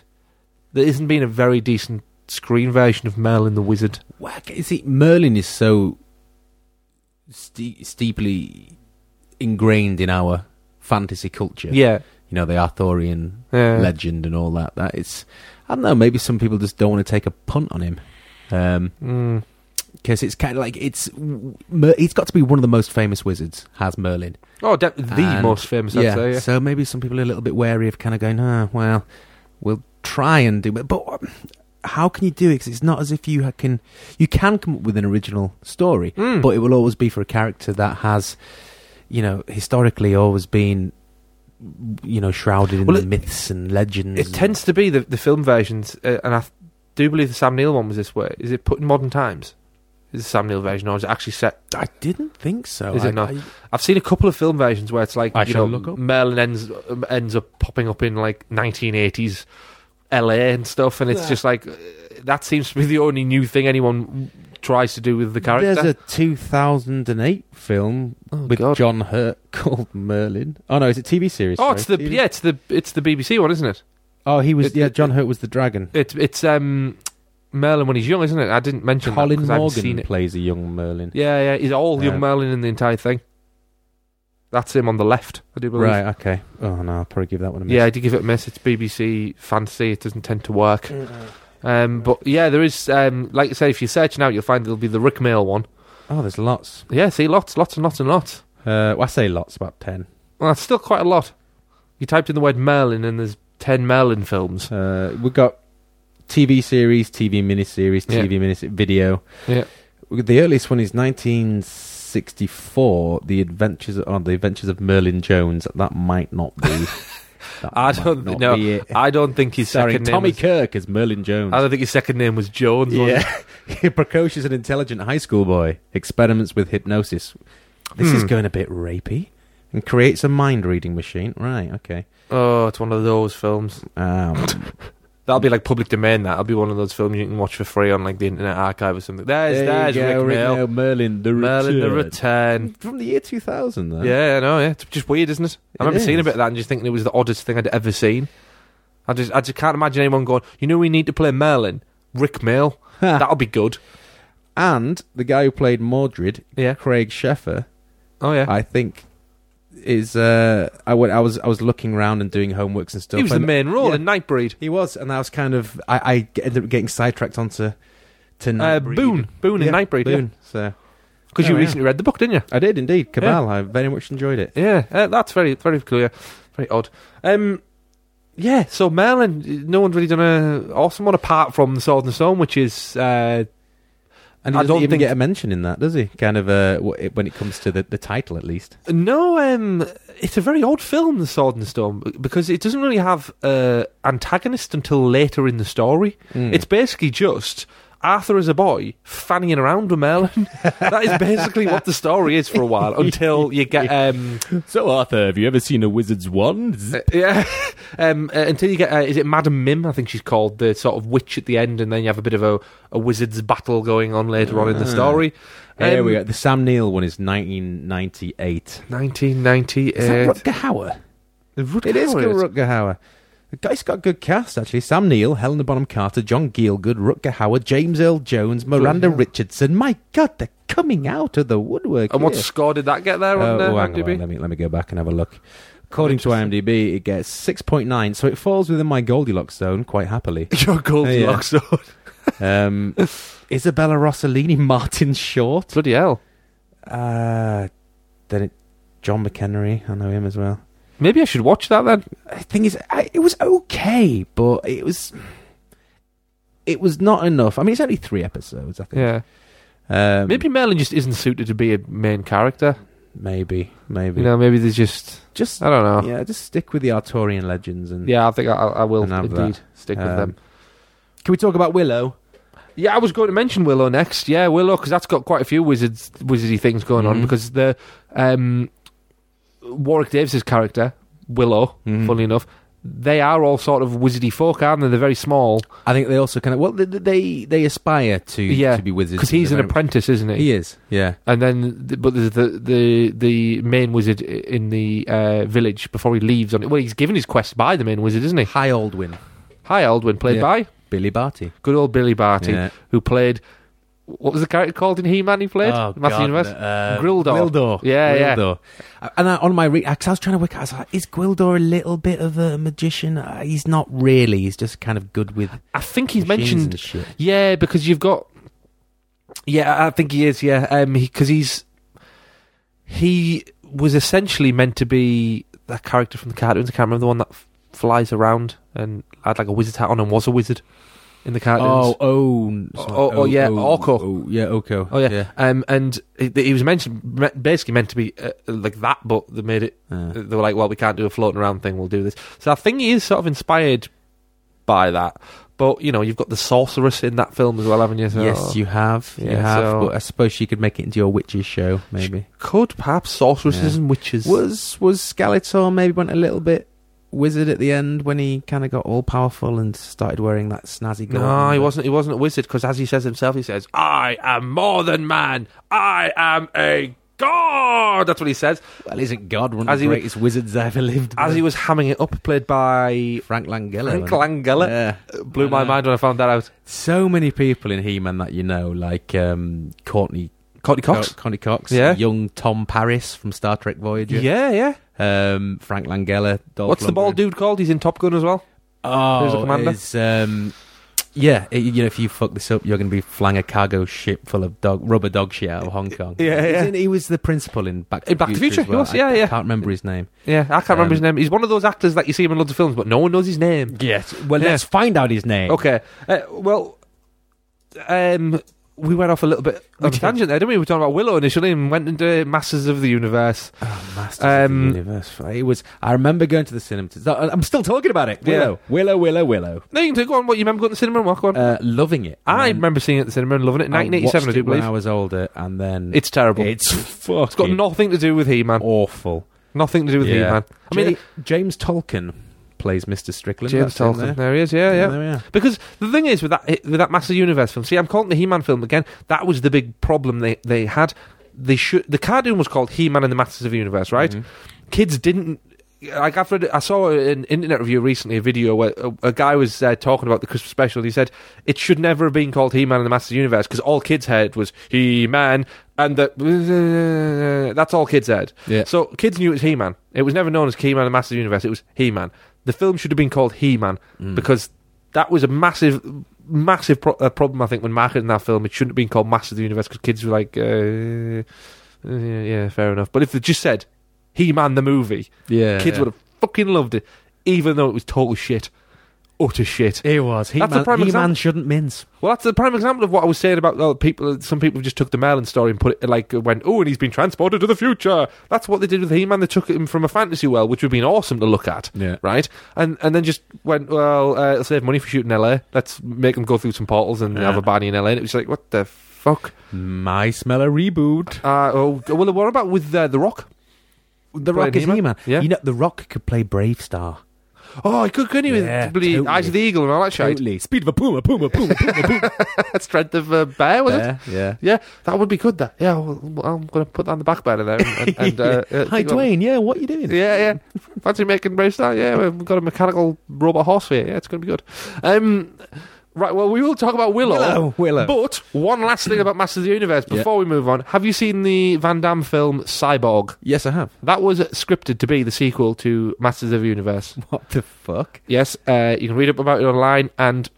There isn't been a very decent screen version of Merlin the Wizard. Whack. You see, Merlin is so ste- steeply ingrained in our fantasy culture. Yeah, You know, the Arthurian yeah. legend and all that. That it's, I don't know. Maybe some people just don't want to take a punt on him. Um, Mm. because it's kind of like it's Mer- he's got to be one of the most famous wizards has merlin Oh, de- the And- most famous, I'd say. Yeah. so maybe some people are a little bit wary of kind of going ah well we'll try and do it but um, how can you do it 'Cause it's not as if you ha- can you can come up with an original story Mm. but it will always be for a character that has you know historically always been you know shrouded in Well, the it- myths and legends it and- tends to be the, the film versions, uh, and I th- do believe the Sam Neill one was this way. Is it put in modern times? Is the Sam Neill version, or is it actually set? i didn't think so Is it I- not? I- I've seen a couple of film versions where it's like I you know shall look up. Merlin ends um, ends up popping up in like 1980s LA and stuff, and it's Yeah. just like uh, that seems to be the only new thing anyone tries to do with the character. There's a 2008 film Oh, with God. John Hurt [laughs] called Merlin. Oh no, is it TV series? oh, sorry. it's the TV yeah, it's the it's the BBC one, isn't it? Oh, he was It- yeah. it- John Hurt was the dragon. It's it's um Merlin when he's young, isn't it? I didn't mention that Colin 'cause I hadn't seen Morgan it. plays a young Merlin. Yeah, yeah, he's all Yeah. young Merlin in the entire thing. That's him on the left, I do believe. Right. Okay. Oh no, I'll probably give that one a miss. Yeah, I did give it a miss. It's BBC fantasy. It doesn't tend to work. Um, but yeah, there is um, like I say, if you're searching out, you'll find there'll be the Rick Mail one. Oh, there's lots. Yeah, see, lots, lots, and lots, and lots. Uh, well, I say lots, about ten. Well, that's still quite a lot. You typed in the word Merlin, and there's ten Merlin films. Uh, we've got TV series, TV miniseries, Yeah. TV miniseries, video. Yeah. We- The earliest one is 1964, The Adventures of, oh, the Adventures of Merlin Jones. That might not [laughs] be. that I don't might not know. be it. I don't think his Starring second Tommy name. Was, Kirk as Merlin Jones. I don't think his second name was Jones. was it? yeah, [laughs] precocious and intelligent high school boy experiments with hypnosis. This is Hmm. going a bit rapey, and creates a mind reading machine. Right? Okay. Oh, it's one of those films. [laughs] Um, That'll be like public domain. That'll be one of those films you can watch for free on like the Internet Archive or something. There's There you there's go, Rick Rick Mail. Mail, Merlin, the Merlin the Return. Return. from the year 2000 though. Mm. Yeah, I know. Yeah, it's just weird, isn't it? I It remember seeing a is. bit of that and just thinking it was the oddest thing I'd ever seen. I just, I just can't imagine anyone going. You know, we need to play Merlin, Rick [laughs] Mail. That'll be good. and the guy who played Mordred, Yeah. Craig Sheffer, Oh yeah. I think is uh I went I was I was looking around and doing homeworks and stuff. he was the and main role yeah. in Nightbreed. He was and I was kind of I, I g- ended up getting sidetracked onto to Uh, Nightbreed. Boone, Boone Yeah, in Nightbreed. Boone. So Because you Oh, yeah. recently read the book, didn't you? I did indeed. Cabal, I very much enjoyed it. Yeah, uh, that's very, very peculiar, very odd. Um, yeah. So Merlin, no one's really done a awesome one apart from the Sword and Stone, which is uh, And he I doesn't don't even think- get a mention in that, does he? Kind of uh wh- it- when it comes to the, the title at least. No, um, it's a very odd film, The Sword and Stone, b- because it doesn't really have uh, antagonist until later in the story. Hmm. It's basically just Arthur as a boy fannying around with [laughs] Merlin. that is basically what the story is for a while until you [laughs] get um, So Arthur, have you ever seen a wizard's wand? uh, yeah, [laughs] um, uh, until you get uh, is it Madam Mim? I think she's called the sort of witch at the end, and then you have a bit of a, a wizard's battle going on later on in the Ah. story. There we Um, go. The Sam Neill one is 1998. Is that 1998. Rutger Hauer? Rutger Uh, It is Hauer, good Rutger Hauer. The guy's got a good cast, actually. Sam Neill, Helena Bonham Carter, John Gielgud, Rutger Hauer, James Earl Jones, Miranda hell. Richardson. My God, they're coming out of the woodwork. And what here. score did that get there on Uh, uh, oh, hang on, IMDb? let me let me go back and have a look. According to IMDb, it gets 6.9, so it falls within my Goldilocks zone quite [laughs] happily. [laughs] Your Goldilocks zone. Um, Isabella Rossellini, [laughs] Martin Short, Bloody hell. uh, then it, John McHenry. I know him as well. Maybe I should watch that then. The thing is, I, it was okay, but it was it was not enough. I mean, it's only three episodes. I think. Yeah. Um, Maybe Merlin just isn't suited to be a main character. Maybe. Maybe. You know, maybe there's just. Just. I don't know. Yeah, Yeah. Just stick with the Arturian legends and. I think I, I will And have indeed that. stick with um, them. Can we talk about Willow? Yeah, I was going to mention Willow next. Yeah, Willow, because that's got quite a few wizards, wizardy things going on. Mhm. Because the um, Warwick Davis's character Willow, Mhm. funnily enough, they are all sort of wizardy folk, aren't they? They're very small I think they also kind of well they they, they aspire to Yeah, to be wizards because he's an They're very- apprentice, isn't he? He is. Yeah. And then, th- but there's the the the main wizard i- in the uh, village before he leaves on it. Well, he's given his quest by the main wizard, isn't he? High Aldwin, Hi, Aldwin, played Yeah. by Billy Barty. good old Billy Barty, Yeah. who played what was the character called in He Man? He played Oh, Matthew God, Universe. Uh, Grildor. Gwildor. Yeah, yeah. Gwildor. yeah. And I, on my re- cause I was trying to work out, I was like, is Gwildor a little bit of a magician? Uh, he's not really. He's just kind of good with. I think he's machines mentioned. and shit. Yeah, because you've got. Yeah, I- I think he is. Yeah, um, because he's he was essentially meant to be that character from the cartoons. I can't remember the one that f- flies around and had like a wizard hat on and was a wizard in the Oh, cartoons. oh, Oh, oh, oh, yeah, Orko. Oh, yeah, Orko. Oh, yeah. um, and he, he was mentioned me- basically meant to be uh, like that, but they made it. Uh, They were like, "Well, we can't do a floating around thing. We'll do this." So I think he is sort of inspired by that. But you know, you've got the sorceress in that film as well, haven't you? So- yes, you have. you Yeah, have. so- But I suppose she could make it into your witches show, maybe. could perhaps sorceresses Yeah. and witches. Was was Skeletor maybe went a little bit wizard at the end when he kind of got all powerful and started wearing that snazzy gold? No, he wasn't. He wasn't a wizard because, as he says himself, he says, "I am more than man. I am a god." That's what he says. Well, isn't God one As of the he was- greatest wizards I ever lived? As with? he was hamming it up, played by [laughs] Frank Langella. Frank wasn't it? Langella, Yeah. blew my mind when I found that out. So many people in He-Man that you know, like um, Courtney Courtney Cox. Co- Courtney Cox, Yeah. young Tom Paris from Star Trek Voyager, yeah, yeah. um, Frank Langella. Dolph What's the bald Lundgren. dude called? He's in Top Gun as well. Oh, Who's the commander? it's, um, yeah, it- you know, if you fuck this up, you're going to be flying a cargo ship full of dog, rubber dog shit out of Hong Kong. [laughs] Yeah, He's yeah. in- he was the principal in Back to In Back to the Future, as he well. was, I- yeah, I yeah. can't remember his name. Yeah, I can't Um, remember his name. He's one of those actors that you see him in loads of films, but no one knows his name. Yes. Well, Yeah. let's find out his name. Okay. Uh, well, um, we went off a little bit of a did. tangent there, didn't we? We were talking about Willow initially and went into Masters of the Universe. Oh, Masters Um, of the Universe. It was. I remember going to the cinema. to- I'm still talking about it. Yeah. Willow, Willow, Willow, Willow. No, you can do, go on. What you remember going to the cinema and what? Go on. Uh, loving it. I And remember seeing it at the cinema and loving it. I watched 1987, I, it do when believe. I was older, and then It's terrible. [laughs] it's fucking it's got nothing to do with He Man. awful. Nothing to do with He Man. I mean, Ja- James Tolkien plays Mr. Strickland. James That's in Tolkien. There. he is. Yeah, There. yeah. There we are. Because the thing is with that with that Master Universe film. See, I'm calling it the He-Man film again. That was the big problem they they had. They should the cartoon was called He-Man and the Masters of the Universe, right? Mhm. Kids didn't. Like I've read, I saw an internet review recently, a video where a, a guy was uh, talking about the Christmas special. and He said it should never have been called He-Man and the Masters of the Universe because all kids heard was He-Man and the. [laughs] That's all kids heard. Yeah. So kids knew it was He-Man. It was never known as He-Man and the Masters of the Universe. It was He-Man. The film should have been called He-Man Mm. because that was a massive, massive pro- uh, problem. I think when marketing that film, it shouldn't have been called Masters of the Universe because kids were like, uh, uh, yeah, fair enough. But if they just said He-Man the movie, yeah, kids would have fucking loved it, even though it was total shit, utter shit. It was. He That's a prime man, example. shouldn't mince. Well, that's the prime example of what I was saying about well, people. Some people just took the Merlin story and put it like went, oh, and he's been transported to the future. That's what they did with He-Man. They took him from a fantasy world, which would have been awesome to look at, Yeah. right? And and then just went, well, uh, let's save money for shooting LA. Let's make them go through some portals and Yeah. have a party in LA. And it was like, what the fuck? My smeller reboot. Uh, oh, well, what about with uh, the Rock? The Playing Rock is He-Man? He Man. Yeah. You know, The Rock could play Brave Star. Oh, I could, couldn't he? Yeah, with bloody totally. Eyes of the Eagle and all that shit. Totally. Speed of a puma, puma, [laughs] puma, puma, puma. [laughs] Strength of a bear, was it? Bear, yeah. Yeah, that would be good. That yeah, well, I'm going to put that on the back burner there. And, [laughs] and, uh, uh, Hi, think about- Dwayne. Yeah, what you doing? Yeah, yeah. Fancy making Brave Star? Yeah, we've got a mechanical robot horse here. Yeah, it's going to be good. Um, right, well, we will talk about Willow. Willow, Willow. But one last thing about Masters of the Universe Yeah. before we move on. Have you seen the Van Damme film Cyborg? Yes, [laughs] I have. That was scripted to be the sequel to Masters of the Universe. What the fuck? Yes, uh, you can read up about it online and.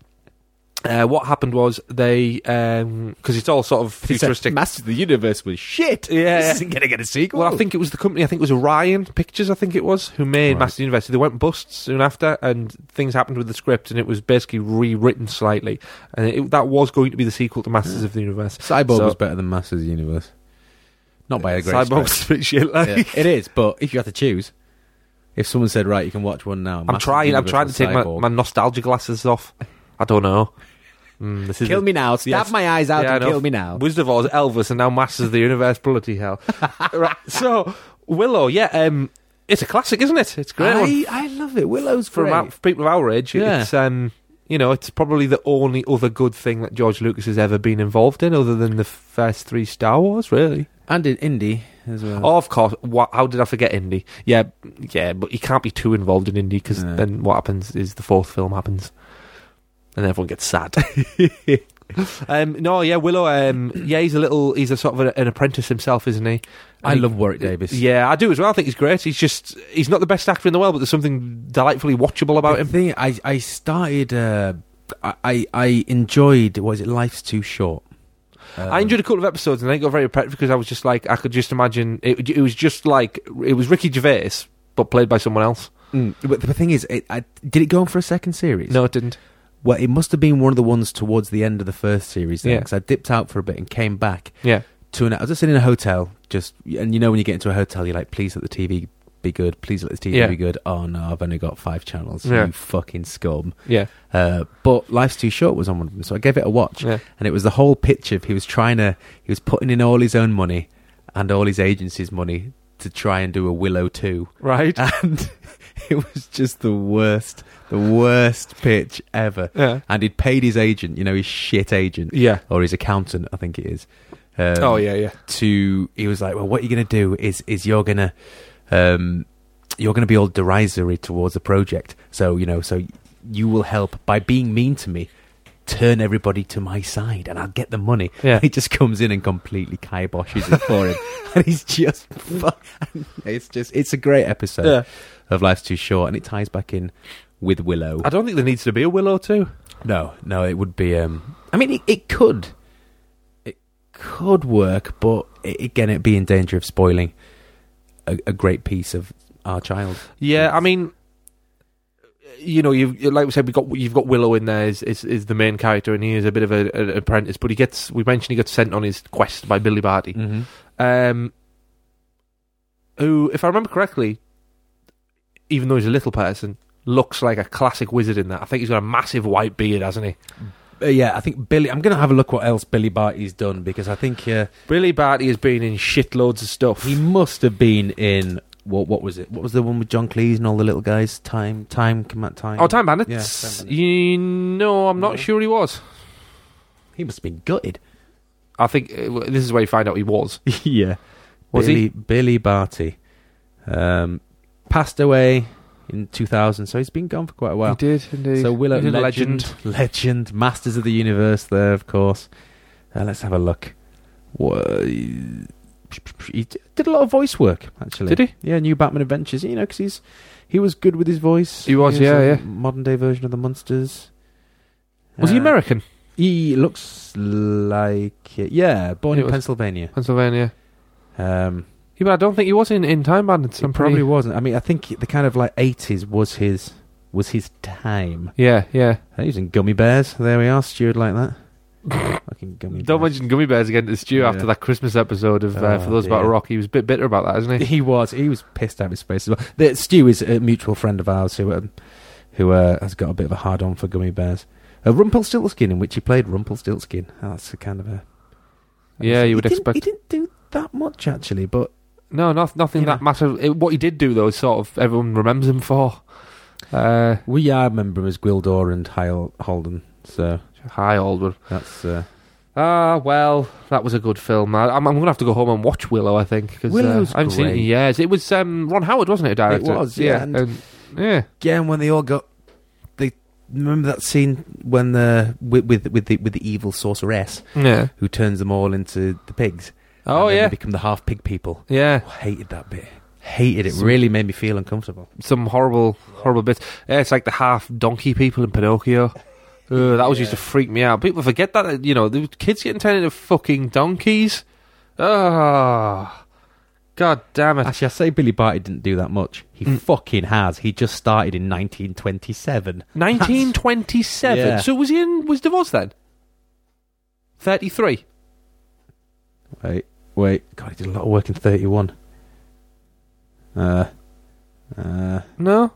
Uh, what happened was they, because it's all sort of futuristic. Master of the Universe was shit. Yeah, yeah. This isn't going to get a sequel. Well, I think it was the company. I think it was Orion Pictures. I think it was who made Right. Master University. They went bust soon after, and things happened with the script, and it was basically rewritten slightly. And it, that was going to be the sequel to Masters of the Universe. Cyborg So- was better than Masters of the Universe. Not by a great Cyborg stretch. was a bit [laughs] shit. Like. [laughs] Yeah, it is, but if you had to choose, if someone said, right, you can watch one now. I'm Masters trying. I'm of the trying to Universe take my, or Cyborg. my nostalgia glasses off. I don't know. Mm, this is Kill a- me now. Stab Yes. my eyes out Yeah, I and know. kill me now. Wizard of Oz, Elvis, and now Masters of the Universe. Bloody hell! right. So Willow, yeah, um, it's a classic, isn't it? It's a great. one. I, I love it. Willow's for, great. our, for people of our age, Yeah. it's um, you know, it's probably the only other good thing that George Lucas has ever been involved in, other than the first three Star Wars, really. and in indie as well. Oh, of course. What, how did I forget Indy? Yeah, yeah, but he can't be too involved in Indy because No. then what happens is the fourth film happens, and everyone gets sad. [laughs] um, no, yeah, Willow. Um, yeah, he's a little. He's a sort of a, an apprentice himself, isn't he? I uh, And he- love Warwick Davis. Yeah, I do as well. I think he's great. He's just he's not the best actor in the world, but there's something delightfully watchable about The him. thing, I, I started. Uh, I- I I enjoyed. What is it? Life's too short. Um, I enjoyed a couple of episodes and they got very impressed because I was just like, I could just imagine it. It was just like it was Ricky Gervais, but played by someone else. Mm, but the thing is, it, I, did it go on for a second series? No, it didn't. Well, it must have been one of the ones towards the end of the first series. Then, Yeah. 'cause I dipped out for a bit and came back. Yeah, to an, I was just sitting in a hotel, just and you know when you get into a hotel, you're like, please let the TV be good, please let the TV Yeah. be good. Oh no, I've only got five channels. Yeah. You fucking scum. yeah, Uh, but Life's Too Short was on one of them, so I gave it a watch, yeah. and it was the whole pitch of he was trying to he was putting in all his own money and all his agency's money to try and do a Willow two, Right. and it was just the worst, the worst pitch ever. Yeah. And he'd paid his agent, you know, his shit agent Yeah. or his accountant, I think it is. Um, oh yeah, yeah. to he was like, well, what you're gonna do is is you're gonna um, you're gonna be all derisory towards the project. So you know, so you will help by being mean to me. Turn everybody to my side, and I'll get the money. Yeah. [laughs] He just comes in and completely kiboshes it for him, [laughs] and he's just. fu- [laughs] It's just. It's a great episode Yeah. of Life's Too Short, and it ties back in with Willow. I don't think there needs to be a Willow two. No, no, it would be. Um, I mean, it, it could, it could work, but i again, it'd be in danger of spoiling a, a great piece of our child. Yeah, I mean, you know, you've like we said, we got you've got Willow in there is is, is the main character, and he is a bit of a, an apprentice, but he gets we mentioned he got sent on his quest by Billy Barty, Mm-hmm. um, who, if I remember correctly, even though he's a little person, looks like a classic wizard in that. I think he's got a massive white beard, hasn't he? Uh, yeah, I think Billy. I'm going to have a look what else Billy Barty's done because I think uh, Billy Barty has been in shitloads of stuff. he must have been in what? What was it? What was the one with John Cleese and all the little guys? Time, time, command, time. Oh, Time Bandits. Yeah, Time Bandits. You know, I'm not No. sure he was. He must have been [laughs] gutted. I think uh, this is where you find out he was. yeah, Was Billy, he? Billy Barty um, passed away in 2000, so he's been gone for quite a while. did indeed. So Willow, He did legend, legend, Masters of the Universe. There, of course. Uh, let's have a look. What, he did a lot of voice work, actually. Did he? Yeah, New Batman Adventures. You know, because he's he was good with his voice. He was, yeah, a yeah. Modern day version of the Monsters. Was he Uh, American? He looks like it. yeah, born He in was. Pennsylvania. Pennsylvania. Um, Yeah, but I don't think he was in, in Time Bandits. he I'm probably pretty. wasn't. I mean, I think the kind of like eighties was his was his time. Yeah, yeah. Uh, He was in Gummy Bears. There we are, Stuart, like that. [laughs] Fucking Gummy Don't Bears. mention Gummy Bears again to Stu Yeah. after that Christmas episode of uh, Oh, For Those About dear. Rock. He was a bit bitter about that, isn't he? [laughs] He was. He was pissed out of his face as well. The, Stu is a mutual friend of ours who um, who uh, has got a bit of a hard on for Gummy Bears. Uh, Rumpelstiltskin, in which he played Rumpelstiltskin. Oh, that's a kind of a. Yeah, you He would didn't- expect- He didn't do that much actually, but No, not, nothing You that massive. It- what he did do, though, is sort of everyone remembers him for. Uh, we are remember him as Gwildor and Hyle Holden. So hi, Aldwood. that's uh, Ah, well, that was a good film. I, I'm, I'm going to have to go home and watch Willow, I think. Cause, Willow's uh, I haven't seen it in great. years. It was um, Ron Howard, wasn't it, who directed It was, yeah, And, and- yeah. again when they all got they remember that scene when the with with with the, with the evil sorceress Yeah. who turns them all into the pigs. Oh, and then yeah. they become the half pig people. yeah. I hated that bit. Hated it. Really made me feel uncomfortable. some horrible, horrible bits. Yeah, it's like the half donkey people in Pinocchio. Ugh, that was used to freak me out. People forget that uh, you know the kids getting turned into fucking donkeys. Ah, god damn it! Actually, I say Billy Barty didn't do that much. He Mm. fucking has. He just started in 1927. Nineteen twenty-seven. Yeah. So was he in? Was divorced then? Thirty-three. Wait, wait. God, he did a lot of work in 31. Uh, uh, No.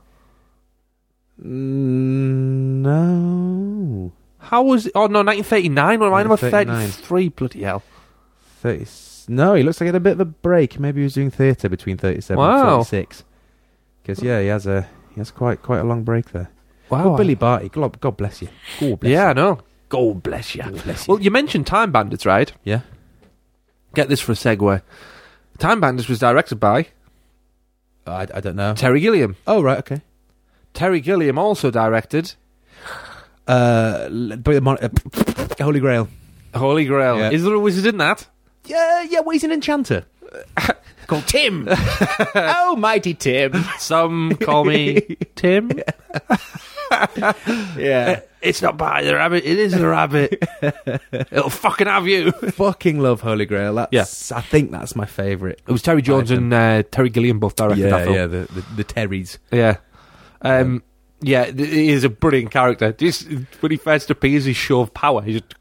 mm, no. How was? Oh no, nineteen thirty-nine. What am I on about? 1939. Thirty-three. Bloody hell! 30, no, he looks like he had a bit of a break. Maybe he was doing theatre between 37 Wow. and 36. Because, yeah, he has a he has quite quite a long break there. Wow. Well, Billy Barty, God, God bless you. God bless yeah, I you. know. God bless you. God bless you. Well, you mentioned Time Bandits, right? yeah. Get this for a segue. Time Bandits was directed by I, I don't know. Terry Gilliam. Oh right, okay. Terry Gilliam also directed Uh, l- but the mon- uh, Holy Grail. Holy Grail. Yeah. Is there a wizard in that? Yeah, yeah. Well, he's an enchanter [laughs] called Tim. [laughs] oh, mighty Tim. Some call me Tim. Yeah. It's not by the rabbit, it is the rabbit. It'll fucking have you. [laughs] Fucking love Holy Grail. That's. I think that's my favourite. It was Terry Jones and uh, Terry Gilliam both directed that film. The, the the Terrys. Yeah. Um, yeah, th- he is a brilliant character. Just when he first appears, his show of power, he just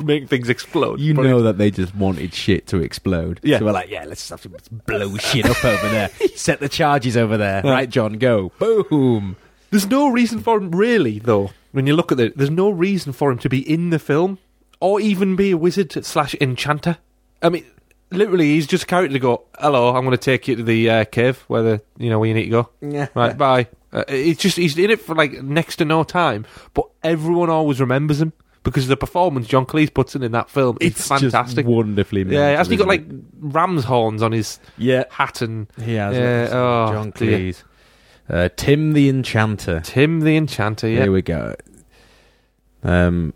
[laughs] make things explode. You Brilliant. know that they just wanted shit to explode. Yeah. So we're like, yeah, let's just have to blow shit up over [laughs] there. Set the charges over there. Right, John, go. Boom. There's no reason for him, really, though. When you look at it, there's no reason for him to be in the film or even be a wizard slash enchanter. I mean, literally, he's just a character to go. Hello, I'm going to take you to the uh, cave where the you know where you need to go. Yeah. Right, bye. Uh, it's just he's in it for like next to no time, but everyone always remembers him because the performance John Cleese puts in in that film is It's fantastic. Just wonderfully. yeah, hasn't he got like mental, ram's horns on his isn't it? Yeah, hat and he has. Yeah, it. oh, John dear. Cleese. Uh, Tim the Enchanter. Tim the Enchanter? Yeah, Here we go. Um,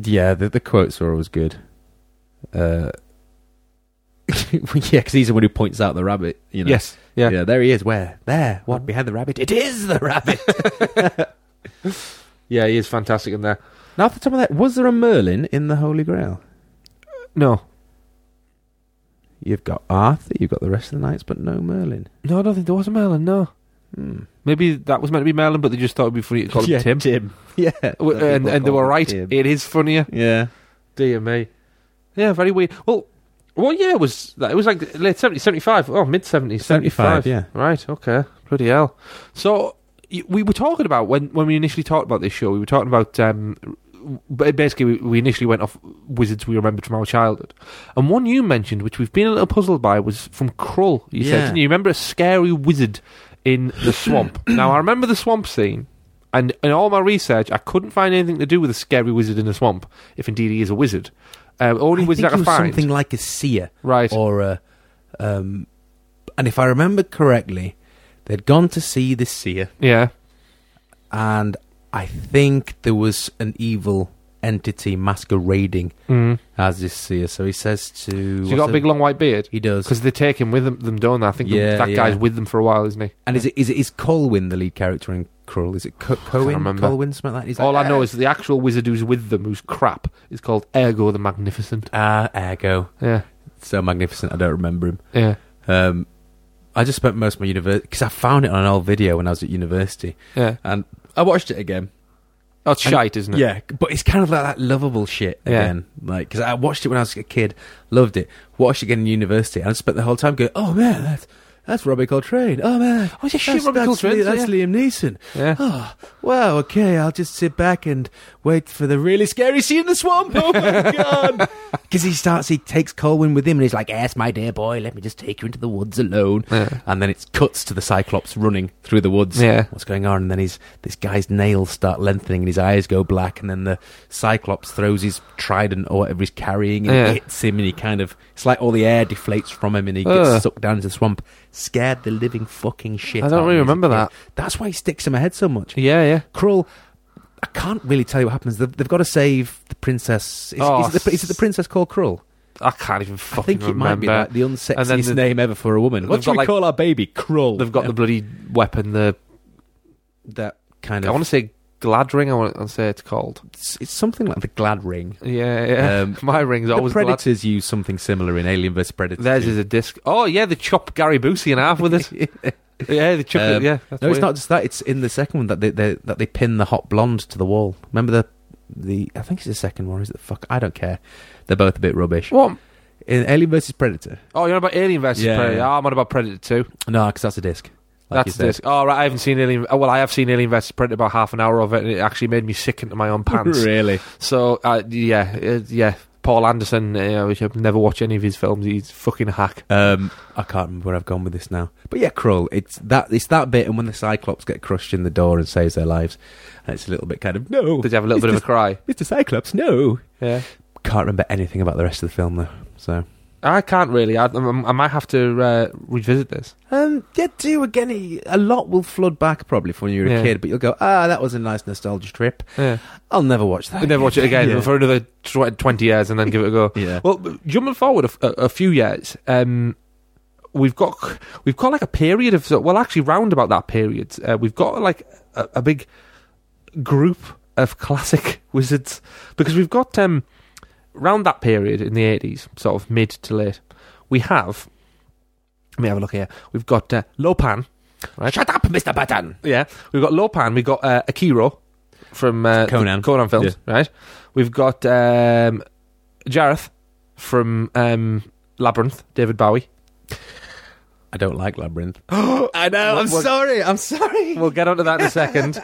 yeah, the, the quotes were always good. Uh, [laughs] yeah, because he's the one who points out the rabbit. You know. yes, yeah. Yeah. there he is. Where? There. What? Behind the rabbit? It is the [laughs] rabbit. yeah, he is fantastic in there. now, off the top of that, was there a Merlin in the Holy Grail? No, You've got Arthur, you've got the rest of the knights, but no Merlin. no, I don't think there was a Merlin. No, Hmm. maybe that was meant to be Merlin, but they just thought it'd be funny to call him yeah, Tim. [laughs] [laughs] Yeah. W- And, and they were right. Tim. It is funnier. Yeah. Dear me. E. Yeah, very weird. Well, what year was that? It was like late 70s, 75. Oh, mid 70s, 75. 75, yeah. Right, okay. Bloody hell. So, y- we were talking about, when, when we initially talked about this show, we were talking about, um, b- basically, we, we initially went off wizards we remembered from our childhood. And one you mentioned, which we've been a little puzzled by, was from Krull, you said, Yeah. didn't you? You remember a scary wizard in the [coughs] swamp. now, I remember the swamp scene. And in all my research, I couldn't find anything to do with a scary wizard in the swamp, if indeed he is a wizard. Um, only I wizard I think can he was find. something like a seer Right. or a. Um, and if I remember correctly, they'd gone to see this seer, Yeah. and I think there was an evil entity masquerading Mm. as this seer. So he says to. So you what's got a the- big long white beard? He does. Because they take him with them, them don't they? I think the- Yeah, that yeah. guy's with them for a while, isn't he? And is it is it is Colwyn the lead character in Krull? Is it Co- Cohen? remember. Colwyn something like that? He's All like, "Ah, I know is the actual wizard who's with them, who's crap, is called Ergo the Magnificent. Ah, ergo. Yeah. So magnificent. I don't remember him. Yeah. Um, I just spent most of my university because I found it on an old video when I was at university, Yeah. and I watched it again. Oh, it's And- shite, isn't it? Yeah, but it's kind of like that lovable shit Yeah. again. Like because I watched it when I was a kid, loved it. Watched it again in university, and I spent the whole time going, "Oh man, that's that's Robbie Coltrane. Oh man, Oh, yeah, shit, that's- Robbie that's Coltrane's, Li- That's yeah. Liam Neeson. Yeah. Oh wow, okay, I'll just sit back and wait for the really scary scene in the swamp. Oh [laughs] my god, because he starts, he takes Colwyn with him, and he's like, "Yes, my dear boy, let me just take you into the woods alone." Yeah. And then it cuts to the Cyclops running through the woods. Yeah. What's going on? And then he's this guy's nails start lengthening and his eyes go black. And then the Cyclops throws his trident or whatever he's carrying and Yeah. it hits him. And he kind of, it's like all the air deflates from him and he gets Ugh. sucked down into the swamp. Scared the living fucking shit. I don't out of really me as a remember kid. that. That's why he sticks in my head so much. Yeah, yeah. Krull, I can't really tell you what happens. They've, they've got to save the princess. Is, Oh, is, it the, is it the princess called Krull? I can't even fucking I think it remember. might be like the And then unsexiest the- name ever for a woman. They've What do got, we like- call our baby? Krull. Um, They've got the bloody weapon, the. that kind I of. want to say Gladring, I want to say it's called. it's, it's something like the glad ring. Yeah, yeah. Um, [laughs] My ring's The always Glad- Predators use something similar in Alien vs Predator. Theirs too. is a disc. Oh yeah, they chop Gary Busey in half with [laughs] it. yeah, they chop it. Um, Yeah, that's no, it's weird. not just that. It's in the second one that they, they that they pin the hot blonde to the wall. Remember the the I think it's the second one. or Is it the fuck? I don't care. They're both a bit rubbish. What? In Alien vs Predator. Oh, you're on about Alien versus Yeah, Predator. yeah. Oh, I'm on about Predator Two. No, because that's a disc. [laughs] Like you that's said. this. Oh right, I haven't seen Alien. oh, Well, I have seen Alien versus Predator about half an hour of it, and it actually made me sick into [laughs] my own pants. really? So uh, yeah, uh, yeah. Paul Anderson, uh, which I've never watched any of his films. He's a fucking hack. Um, I can't remember where I've gone with this now. But yeah, Krull. It's that. It's that bit, and when the Cyclops get crushed in the door and saves their lives, and it's a little bit kind of no, Did you have a little It's bit of a [laughs] just- cry? Mr. Cyclops, no. Yeah. Can't remember anything about the rest of the film though. So I can't really. I, I'm- I might have to uh, revisit this. Um, yeah, do again. he- A lot will flood back probably from when you were Yeah. a kid, but you'll go, ah, that was a nice nostalgia trip. Yeah. I'll never watch that. I'd never watch it again Yeah. for another tw- 20 years and then give it a go. [laughs] Yeah. Well, b- jumping forward a, f- a- a few years, um, we've got we've got like a period of so- well, actually, round about that period, uh, we've got like a, a big group of classic [laughs] wizards because we've got um, round that period in the eighties, sort of mid to late, we have. Let me have a look here. We've got uh, Lopan. Right. Shut up, Mister Button. Yeah, we've got Lopan. We've got uh, Akiro from uh, Conan. the Conan films, right? We've got um, Jareth from um, Labyrinth. David Bowie. I don't like labyrinth. [gasps] I know. I'm Well- sorry. I'm sorry. [laughs] We'll get onto that in a second.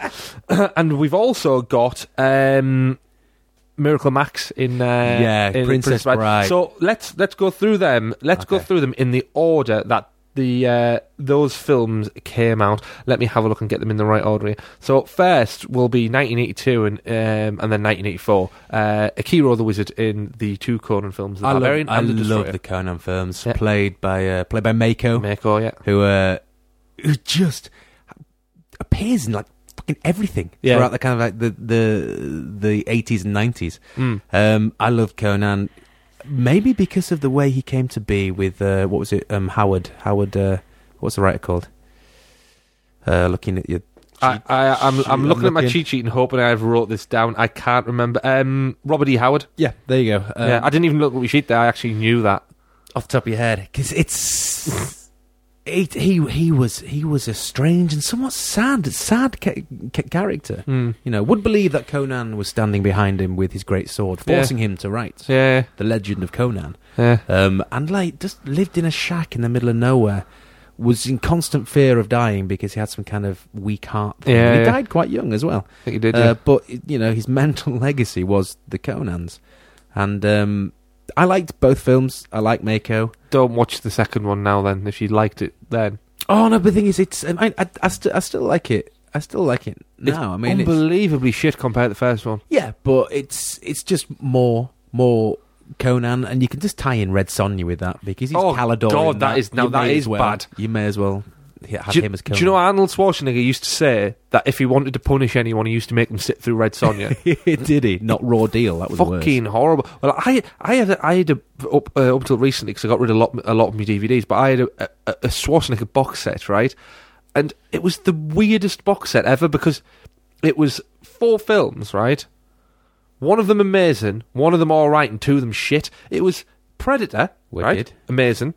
and we've also got um, Miracle Max in uh, Yeah, in Princess Bride. So let's let's go through them. Let's go Okay. through them in the order that the uh, those films came out. Let me have a look and get them in the right order. Here. So first will be 1982 and um, and then 1984. Uh, Akira the Wizard in the two Conan films, The I love, Barbarian I and The love Destroyer. the Conan films Yeah. played by uh, played by Mako, Mako, yeah. who uh, who just appears in like fucking everything Yeah. throughout the kind of like the the the eighties and nineties. Mm. Um, I love Conan, maybe because of the way he came to be with uh, what was it? Um, Howard Howard. Uh, what's the writer called? Uh, looking at your I, I, I'm, Cheat- I'm I'm looking at my looking. cheat sheet and hoping I've wrote this down. I can't remember. Um, Robert E. Howard. yeah, there you go. yeah, I didn't even look at your sheet there. I actually knew that. off the top of your head because it's [laughs] it, he he was he was a strange and somewhat sad sad ca- ca- character. You know, would believe that Conan was standing behind him with his great sword, Yeah. forcing him to write Yeah, the legend of Conan. yeah. Um, and like just lived in a shack in the middle of nowhere, was in constant fear of dying because he had some kind of weak heart. thing. Yeah, And he yeah. died quite young as well. I think you did. Uh, but you know, his [laughs] mental legacy was the Conan's, and um, I liked both films. I like Mako. Don't watch the second one now. Then, if you liked it, then Oh no, but the thing is, it's I I, I, st- I still like it. I still like it now. It's I mean, it's, unbelievably shit compared to the first one. yeah, but it's it's just more more Conan, and you can just tie in Red Sonja with that because he's Oh, Calidor. God, in that is- now You that may as is well- bad. You may as well ha- have do, you- him as do Conan. you know Arnold Schwarzenegger used to say that if he wanted to punish anyone, he used to make them sit through Red [laughs] Sonja. Did he not raw deal? That was worse. Fucking horrible. Well, I I had a, I had a, up uh, up until recently because I got rid of a lot a lot of my DVDs, but I had a, a, a Schwarzenegger box set, right? And it was the weirdest box set ever because it was four films, right? One of them amazing, one of them all right, and two of them shit. It was Predator, Wicked. right? Amazing.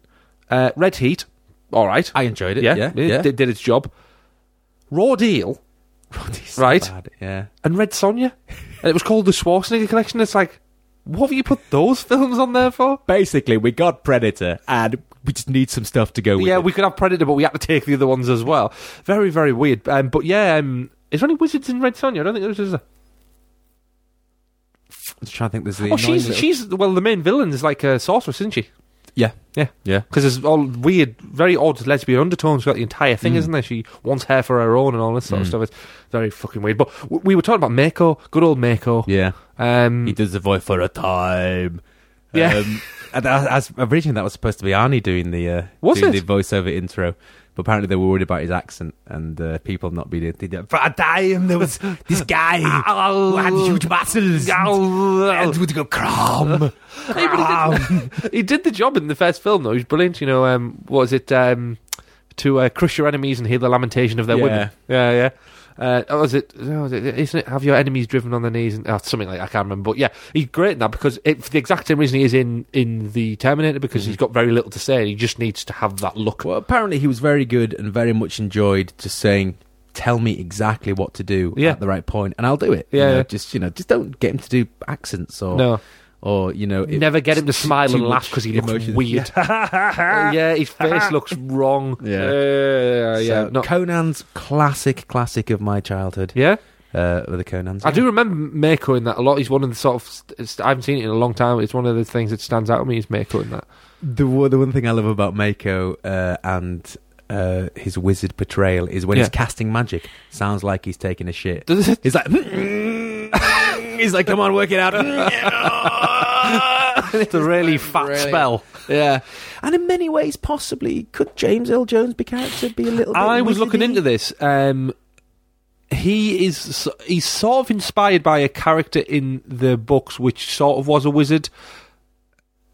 Uh, Red Heat, all right. I enjoyed it. yeah, yeah, it [laughs] Did, did its job. Raw Deal He's Right. bad, Yeah. and Red Sonja, and it was called the Schwarzenegger Collection. It's like, what have you put those films on there for? basically we got predator and we just need some stuff to go with yeah, it. we could have Predator, but we had to take the other ones as well. Very, very weird. Um, but yeah, um, is there any wizards in Red Sonja? I don't think there's. there's a... I'm just trying to think there's the Oh, annoying she's little- she's well, the main villain is like a sorceress, isn't she? yeah Yeah. yeah Because there's all weird, very odd lesbian undertones throughout the entire Mm. thing, isn't there? She wants hair for her own and all this sort of stuff. It's very fucking weird. But w- we were talking about Mako, good old Mako. yeah Um, he does the voice for a time Yeah. um, [laughs] and I, I was- originally that was supposed to be Arnie doing the uh, Was doing it? the voiceover intro but apparently they were worried about his accent and uh, people not being able to do it. for a time there [laughs] was this guy who had huge muscles and, and would go [laughs] crom crom he did the job in the first film though. He's brilliant. You know, um, what was it? Um, to uh, crush your enemies and hear the lamentation of their Yeah. women. Yeah, yeah. Uh, oh, is it, oh, is it? Isn't it? Have your enemies driven on their knees and oh, something like that, I can't remember. But yeah, he's great in that because it, for the exact same reason he is in in the Terminator because Mm-hmm. he's got very little to say. He just needs to have that look. Well, apparently he was very good and very much enjoyed just saying, "Tell me exactly what to do Yeah. at the right point, and I'll do it." You Yeah, know, yeah. just you know, just don't get him to do accents or No. or you know, Oh. it- Never get him to too smile and much laugh because he looks emotion. [laughs] weird. Uh, yeah, his face looks wrong. Yeah. yeah, yeah. So, yeah. Not- Conan's classic, classic of my childhood. yeah. Uh, were the Conan's. I do remember Mako in that a lot. He's one of the sort of. St- st- I haven't seen it in a long time. It's one of the things that stands out to me is Mako in that. The one- the one thing I love about Mako uh, and. Uh, his wizard portrayal is when he's Yeah. casting magic. Sounds like he's taking a shit. Does it? He's like, [laughs] he's like, come on, work it out. [laughs] It's a really fat Brilliant. spell. yeah, and in many ways, possibly could James L. Jones be character be a little? [laughs] Bit I was looking wizardy? into this. Um, he is so- he's sort of inspired by a character in the books, which sort of was a wizard.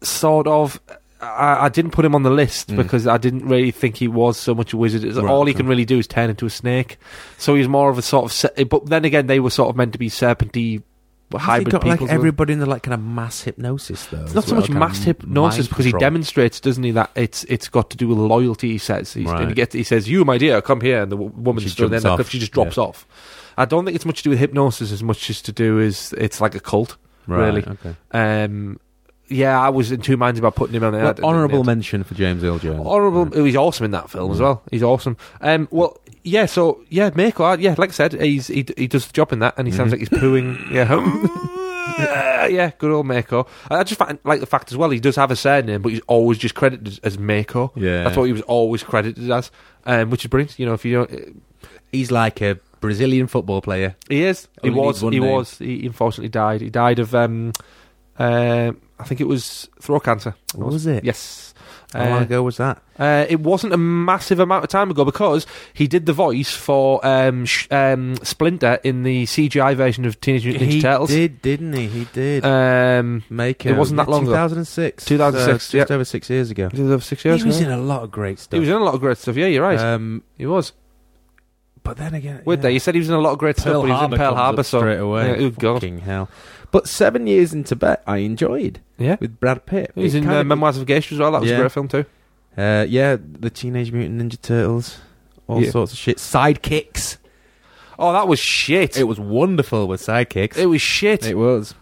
Sort of. I, I didn't put him on the list because I didn't really think he was so much a wizard. It's- Right, all he okay. can really do is turn into a snake. So he's more of a sort of. Se- but then again, they were sort of meant to be serpenty. Has he Hybrid got people. like everybody in the like kind of mass hypnosis though. It's not so much mass hypnosis because he demonstrates, doesn't he, that it's it's got to do with loyalty. He says he's, and he Right. gets he says, "You, my dear, come here," and the w- woman She stood there, jumps and off. she just drops off. I don't think it's much to do with hypnosis as much as to do as it's like a cult, really. Okay. Um, yeah, I was in two minds about putting him on there. I Well, didn't- honorable didn't- mention for James L. Jones. Honorable. He's awesome in that film as well. He's awesome. Um, well, yeah. Mm-hmm. So yeah, Mako. uh, Yeah, like I said, he's he, d- he does the job in that, and he sounds like he's pooing. Yeah. [laughs] "Ah, yeah, [laughs] good old Mako. I I just find, like the fact as well, he does have a surname, but he's always just credited as Mako. Yeah. That's what he was always credited as, um, which is brilliant. You know, if you don't, He's like a Brazilian football player. he is, he Only was, needs one he name. was. He unfortunately died. He died of, um, uh, I think it was throat cancer. Was it? Yes. How long Uh, ago was that? Uh, it wasn't a massive amount of time ago because he did the voice for um, sh- um, Splinter in the CGI version of Teenage Mutant Ninja he Turtles. did, didn't he? He did. Um, Make it wasn't that long ago. 2006. 2006, so just over six years ago. he was over six He years. was ago. in a lot of great stuff. He was in a lot of great stuff. Yeah, you're right. Um, he was. but then again, Weren't yeah. they? You said he was in a lot of great stuff, but he was in Pearl comes Harbor. up So straight away. Yeah, oh, God. Fucking hell! But seven years in Tibet, I enjoyed yeah, with Brad Pitt. he was It in kinda- uh, Memoirs of a Geisha as well. That was Yeah. a great film too. Uh, yeah, the Teenage Mutant Ninja Turtles, all Yeah. sorts of shit. Sidekicks. Oh, that was shit. It It, was wonderful with sidekicks. was shit. It was.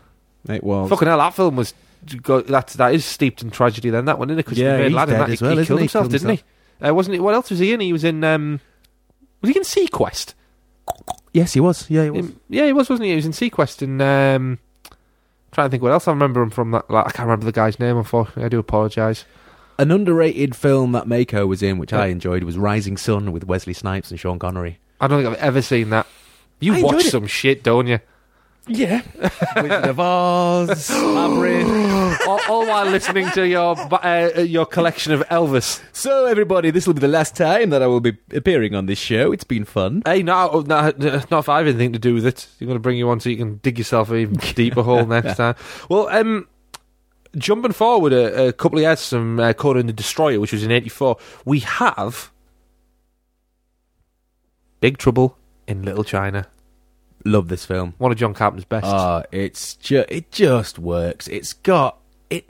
It was. Fucking hell, that film was. God, that that is steeped in tragedy. Then that one, isn't it? Because Yeah, he, made he's lad in dead that. as He- well, he isn't killed he? himself, Killed didn't he? Uh, wasn't he? What else was he in? He was in. Um, was he in Sequest? Yes, he was. Yeah, he was. Him- yeah, he was, wasn't he? He was in Sequest. And um, trying to think what else I remember him from. That like, I can't remember the guy's name. Unfortunately, I do apologise. An underrated film that Mako was in, which I Yeah. enjoyed, was Rising Sun with Wesley Snipes and Sean Connery. I don't think I've ever seen that. You I enjoyed watch it. some shit, don't [laughs] you? Yeah, [laughs] with [gasps] Navas, all, all while listening to your uh, your collection of Elvis. So, everybody, this will be the last time that I will be appearing on this show. It's been fun. Hey, no, no, no, not if I have anything to do with it. I'm going to bring you on so you can dig yourself an even deeper hole next time. Well, um, jumping forward a, a couple of years from uh, Conan the Destroyer, which was in '84, we have Big Trouble in Little China, Love this film. one of John Carpenter's best. Ah, it's ju- it just works. It's got it.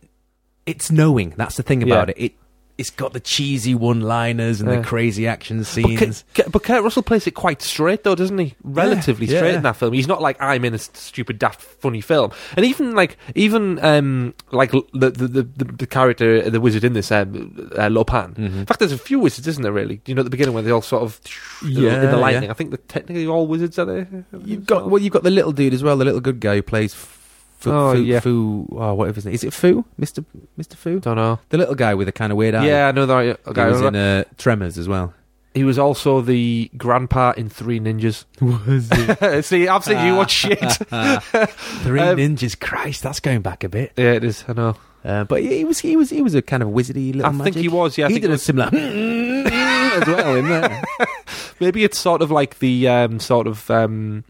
It's knowing. That's the thing about Yeah. it. It it's got the cheesy one-liners and Yeah. the crazy action But, scenes. Kurt, Kurt- but Kurt Russell plays it quite straight, though, doesn't he? Relatively yeah. straight in that film. He's not like I'm in a s- stupid, daft, funny film. And even like even um like l- the the the, the, the character, uh, the wizard in this, um, uh, Hmm. Lopan. In fact, there's a few wizards, isn't there? Really, you know, at the beginning when they all sort of in Yeah, the yeah. lightning. I think they're technically all wizards are they? You've got well, you've got the little dude as well, the little good guy who plays. Fu, Oh, Fu, yeah. Fu, oh, whatever his name is. It Fu, Mister Mister Fu, don't know. the little guy with the kind of weird eye. Yeah, I know that he guy. was in uh, Tremors [laughs] as well. he was also the grandpa in Three Ninjas. [laughs] Was [laughs] Ah. See, I've seen you watch shit. [laughs] Three Um, Ninjas? Christ, that's going back a bit. Yeah, it is. I know. Uh, but he was he was he was a kind of wizardy little. I think he was. Yeah, I he think it did a was- similar [laughs] mm-hmm, as [laughs] well in there. Maybe it's sort of like the um, sort of um,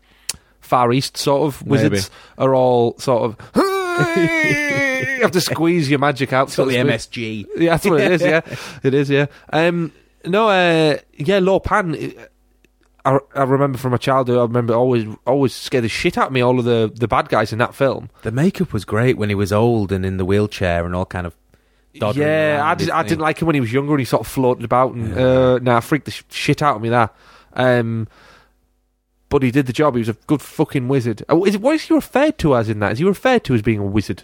Far East sort of wizards are all sort of you have to squeeze your magic out. so to speak. MSG. Yeah, that's what it is. Yeah, it is. Yeah. Um, no. Uh, yeah, Lopan. uh, I, I remember from my childhood. I remember always always scared the shit out of me. All of the the bad guys in that film. The makeup was great when he was old and in the wheelchair and all kind of. doddering yeah, around, I did. isn't I he? didn't like him when he was younger, and he sort of floated about, and Yeah. uh, nah, freaked the sh- shit out of me. That, um, but he did the job. He was a good fucking wizard. Oh, is, what is he referred to as in that? Is he referred to as being a wizard?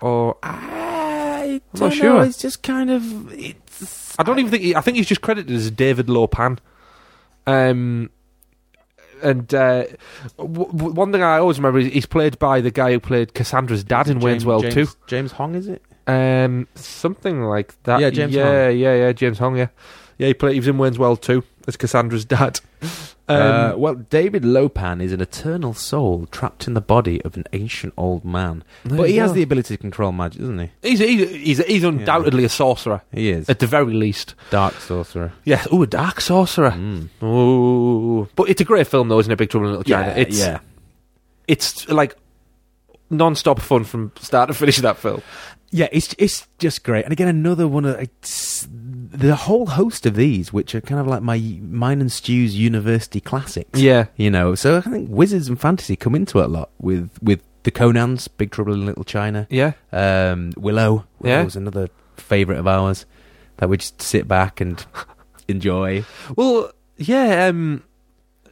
Or I I'm not don't sure. know. It's just kind of it's. I don't even think. He, I think he's just credited as David Lopan. Um, and uh, w- w- one thing I always remember is he's played by the guy who played Cassandra's dad in Wayne's World James, too. James Hong, is it? Um, something like that. Yeah, James Yeah, yeah, yeah. James Hong. Yeah, yeah. He played. He was in Wayne's World too as Cassandra's dad. Um, [laughs] uh, well, David Lopan is an eternal soul trapped in the body of an ancient old man, there but you he has go. the ability to control magic, doesn't he? Um, He's he's he's, he's undoubtedly a sorcerer He is at the very least. dark sorcerer. Yeah. Ooh, a dark sorcerer. Mm. Ooh. But it's a great film though, isn't it? Big Trouble in Little China. it's it's like non-stop fun from start to finish of that film. Yeah, it's it's just great. And again, another one of it's, the whole host of these, which are kind of like my mine and Stew's university classics. Yeah. you know. So I think wizards and fantasy come into it a lot with with the Conan's, Big Trouble in Little China, Yeah. um, Willow. Willow Yeah. was another favorite of ours that we just sit back and [laughs] enjoy. Well, yeah. Um,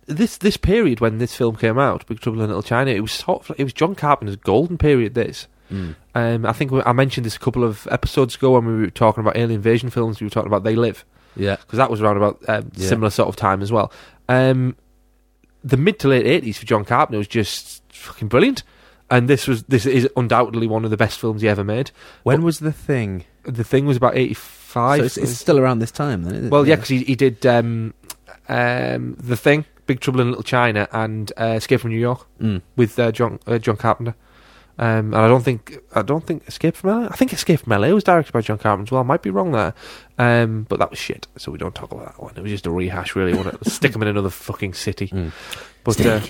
this this period when this film came out, Big Trouble in Little China, it was sort of like- it was John Carpenter's golden period. This. Mm. Um, I think we, I mentioned this a couple of episodes ago when we were talking about alien invasion films. We were talking about They Live Yeah, because that was around about um, Yeah. similar sort of time as well. Um, the mid to late eighties for John Carpenter was just fucking brilliant. And this was this is undoubtedly one of the best films he ever made. When But- was the thing? The thing was about eighty So five. it's, it's still around this time, then. Isn't it? well, yeah, because he, he did um, um, the thing, Big Trouble in Little China, and uh, Escape from New York Mm. with uh, John uh, John Carpenter. Um, and I don't think I don't think Escape from LA. I think Escape from LA was directed by John Carpenter as well. I might be wrong there, um, but that was shit. So we don't talk about that one. It was just a rehash, really. Want to stick him in another fucking city? Mm. But uh,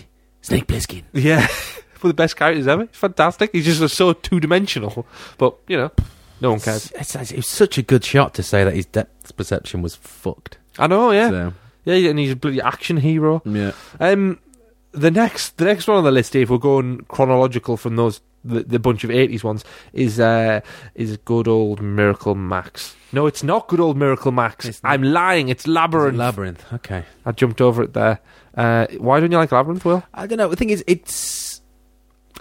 Snake Plissken. yeah, [laughs] for the best characters ever. It's fantastic. He's just so two dimensional. But you know, no one cares. It's, it's- it was such a good shot to say that his depth perception was fucked. I know. Yeah, So, yeah, and he's a bloody action hero. yeah. Um, the next, the next one on the list, Dave. We're going chronological from those the, the bunch of '80s ones. Is uh, is good old Miracle Max? No, it's not good old Miracle Max. It's not. I'm lying. It's Labyrinth. Labyrinth. Okay. I jumped over it there. Uh, why don't you like Labyrinth, Will? I don't know. The thing is, it's.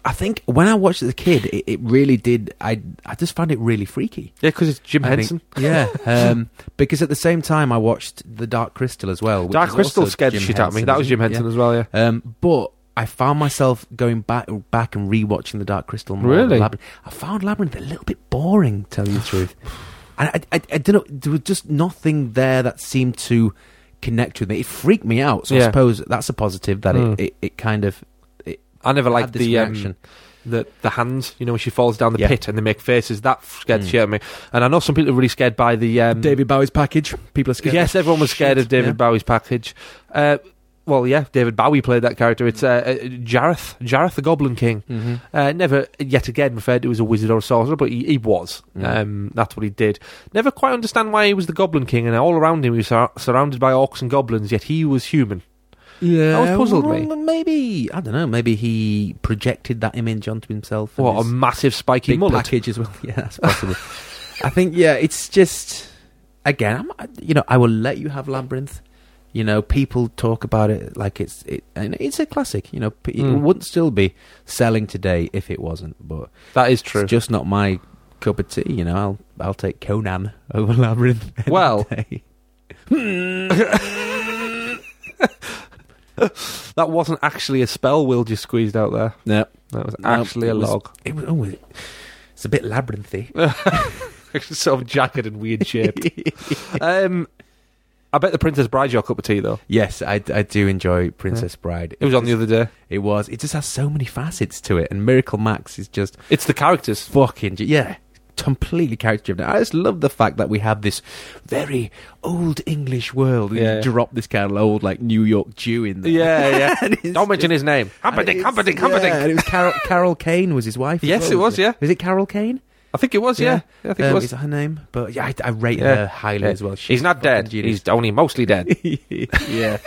I think when I watched it as a kid, it, it really did. I I just found it really freaky. Yeah, because it's Jim I think- Henson. Yeah, [laughs] um, because at the same time I watched The Dark Crystal as well. Which Dark is Crystal also scared the Jim shit out of me. Henson, That was isn't Jim it? Henson as well. Yeah. Yeah. Um, but I found myself going back back and rewatching The Dark Crystal. More than Really? Labyrinth. I found Labyrinth a little bit boring, to tell you the truth. [sighs] And I, I I don't know. There was just nothing there that seemed to connect with me. It freaked me out. So I Yeah. suppose that's a positive that Hmm. it, it, it kind of it I never like liked this the um, reaction. the the hands. You know, when she falls down the Yeah. pit and they make faces. That scared the Mm. shit out of me. And I know some people are really scared by the um, David Bowie's package. People are scared. Yes, everyone was [laughs] scared of David Yeah. Bowie's package. Uh, well, yeah, David Bowie played that character. It's uh, uh, Jareth, Jareth the Goblin King. Mhm. Uh, never yet again referred to as a wizard or a sorcerer, but he, he was. Mm. Um, that's what he did. Never quite understand why he was the Goblin King, and all around him he was sur- surrounded by orcs and goblins, yet he was human. Yeah, That was puzzled me. well, Maybe I don't know. Maybe he projected that image onto himself. and What a his massive spiky big mullet. package as well. [laughs] [laughs] Yeah, that's possible. I think yeah, it's just again. I'm, you know, I will let you have labyrinth. You know, people talk about it like it's it, and it's a classic. You know, p- it Mm. wouldn't still be selling today if it wasn't. But That is true. it's just not my cup of tea. You know, I'll I'll take Conan [laughs] over labyrinth. any Well, day. [laughs] That wasn't actually a spell Will just squeezed out there. no, That was No, actually it a was- log. [laughs] it was always it's a bit labyrinthy. sort of jagged and weird [laughs] shaped. um, I bet the Princess Bride's your cup of tea, though. Yes, I, I do enjoy Princess Bride. It was on the other day. It was. It just has so many facets to it, and Miracle Max is just It's the characters. fucking ge- yeah, completely character driven. I just love the fact that we have this very old English world. And Yeah. you drop this kind of old like New York Jew in there. Yeah, [laughs] And it's Don't mention his name. just- Humperdinck, it's- Humperdinck, Yeah, Humperdinck. and it was Carol, Carol Kane was his wife. as Yes, well, it was, wasn't yeah. Is it Carol Kane? I think it was, yeah. I think Um, it was. Is that her name? But yeah, I, I rate Yeah. her highly Yeah. as well. He's not dead. He's only mostly dead. [laughs] yeah.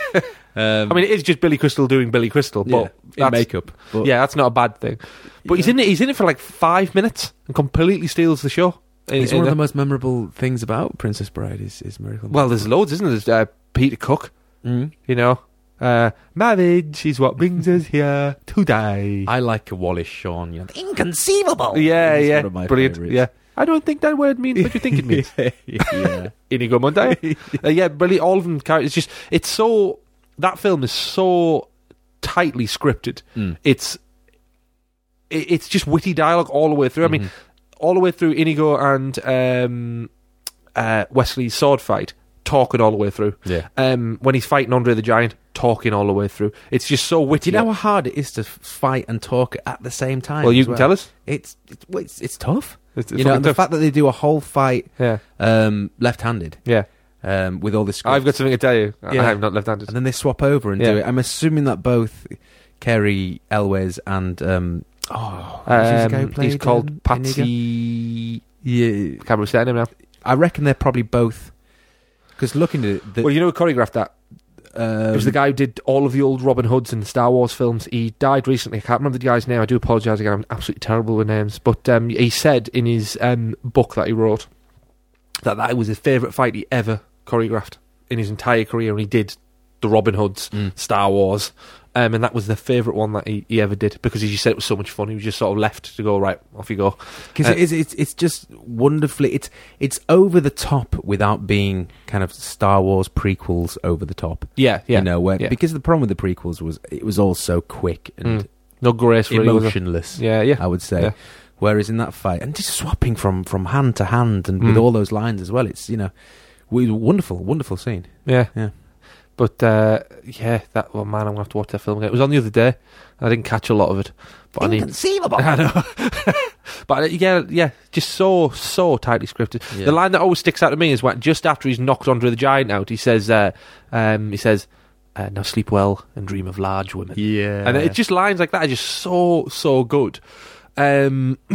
[laughs] Um, I mean, it is just Billy Crystal doing Billy Crystal, yeah, but that's, in makeup. But, yeah, that's not a bad thing. But he's Yeah. in it. He's in it for like five minutes and completely steals the show. In- It's in one a- of the most memorable things about Princess Bride is, is Miracle. well, there's loads, isn't there? There's uh, Peter Cook. mm. You know, uh, marriage is what brings us here to [laughs] die. I like a Wallace Shawn. You know, inconceivable. yeah, It's yeah, one of my brilliant. favourites. [laughs] Yeah, I don't think that word means what you think it [laughs] means. [laughs] yeah. Inigo Montoya. uh, yeah, really, all of them characters. Just it's so that film is so tightly scripted. Mm. It's it, it's just witty dialogue all the way through. I mean, Mhm. all the way through Inigo and um, uh, Wesley's sword fight, talking all the way through. yeah. Um, when he's fighting Andre the Giant, talking all the way through. It's just so Do witty. you know how hard it is to fight and talk at the same time? well, you as can tell us. It's it's, well, it's it's tough. It's, it's you know, fucking and the tough. fact that they do a whole fight yeah, um, left-handed yeah. um, with all this. script. I've got something to tell you. I- Yeah. I have not left-handed. and then they swap over and do Yeah. it. I'm assuming that both Kerry Elwes and um, oh, who's the guy who Um, he's played, um, called Inigo? Patsy. Yeah, Can't remember his surname now. I reckon they're probably both because looking at it, the, um, well, you know who choreographed that? it was the guy who did all of the old Robin Hoods and Star Wars films. He died recently. I can't remember the guy's name. I do apologise again. I'm absolutely terrible with names. But um, he said in his um, book that he wrote that that was his favourite fight he ever choreographed in his entire career. And he did the Robin Hoods, Mm. Star Wars. Um, and that was the favourite one that he, he ever did because he just said it was so much fun. He was just sort of left to go, right, off you go. because it is it's it's just wonderfully it's it's over the top without being kind of Star Wars prequels over the top. Yeah, yeah. you know where yeah. because the problem with the prequels was it was all so quick and Mm. No grace, really. was there? emotionless. Yeah, yeah. I would say. Yeah. Whereas in that fight, and just swapping from from hand to hand, and with Mm. all those lines as well, it's you know, we wonderful, wonderful scene. Yeah. Yeah. But uh, yeah, that well, man, I'm gonna have to watch that film again. It was on the other day. And I didn't catch a lot of it, but I need. [laughs] Inconceivable. I know. but uh, yeah, yeah, just so so tightly scripted. Yeah. The line that always sticks out to me is when just after he's knocked Andre the Giant out, he says, uh, um, he says, uh, "Now sleep well and dream of large women." yeah, And it's just lines like that are just so so good. Um, [coughs]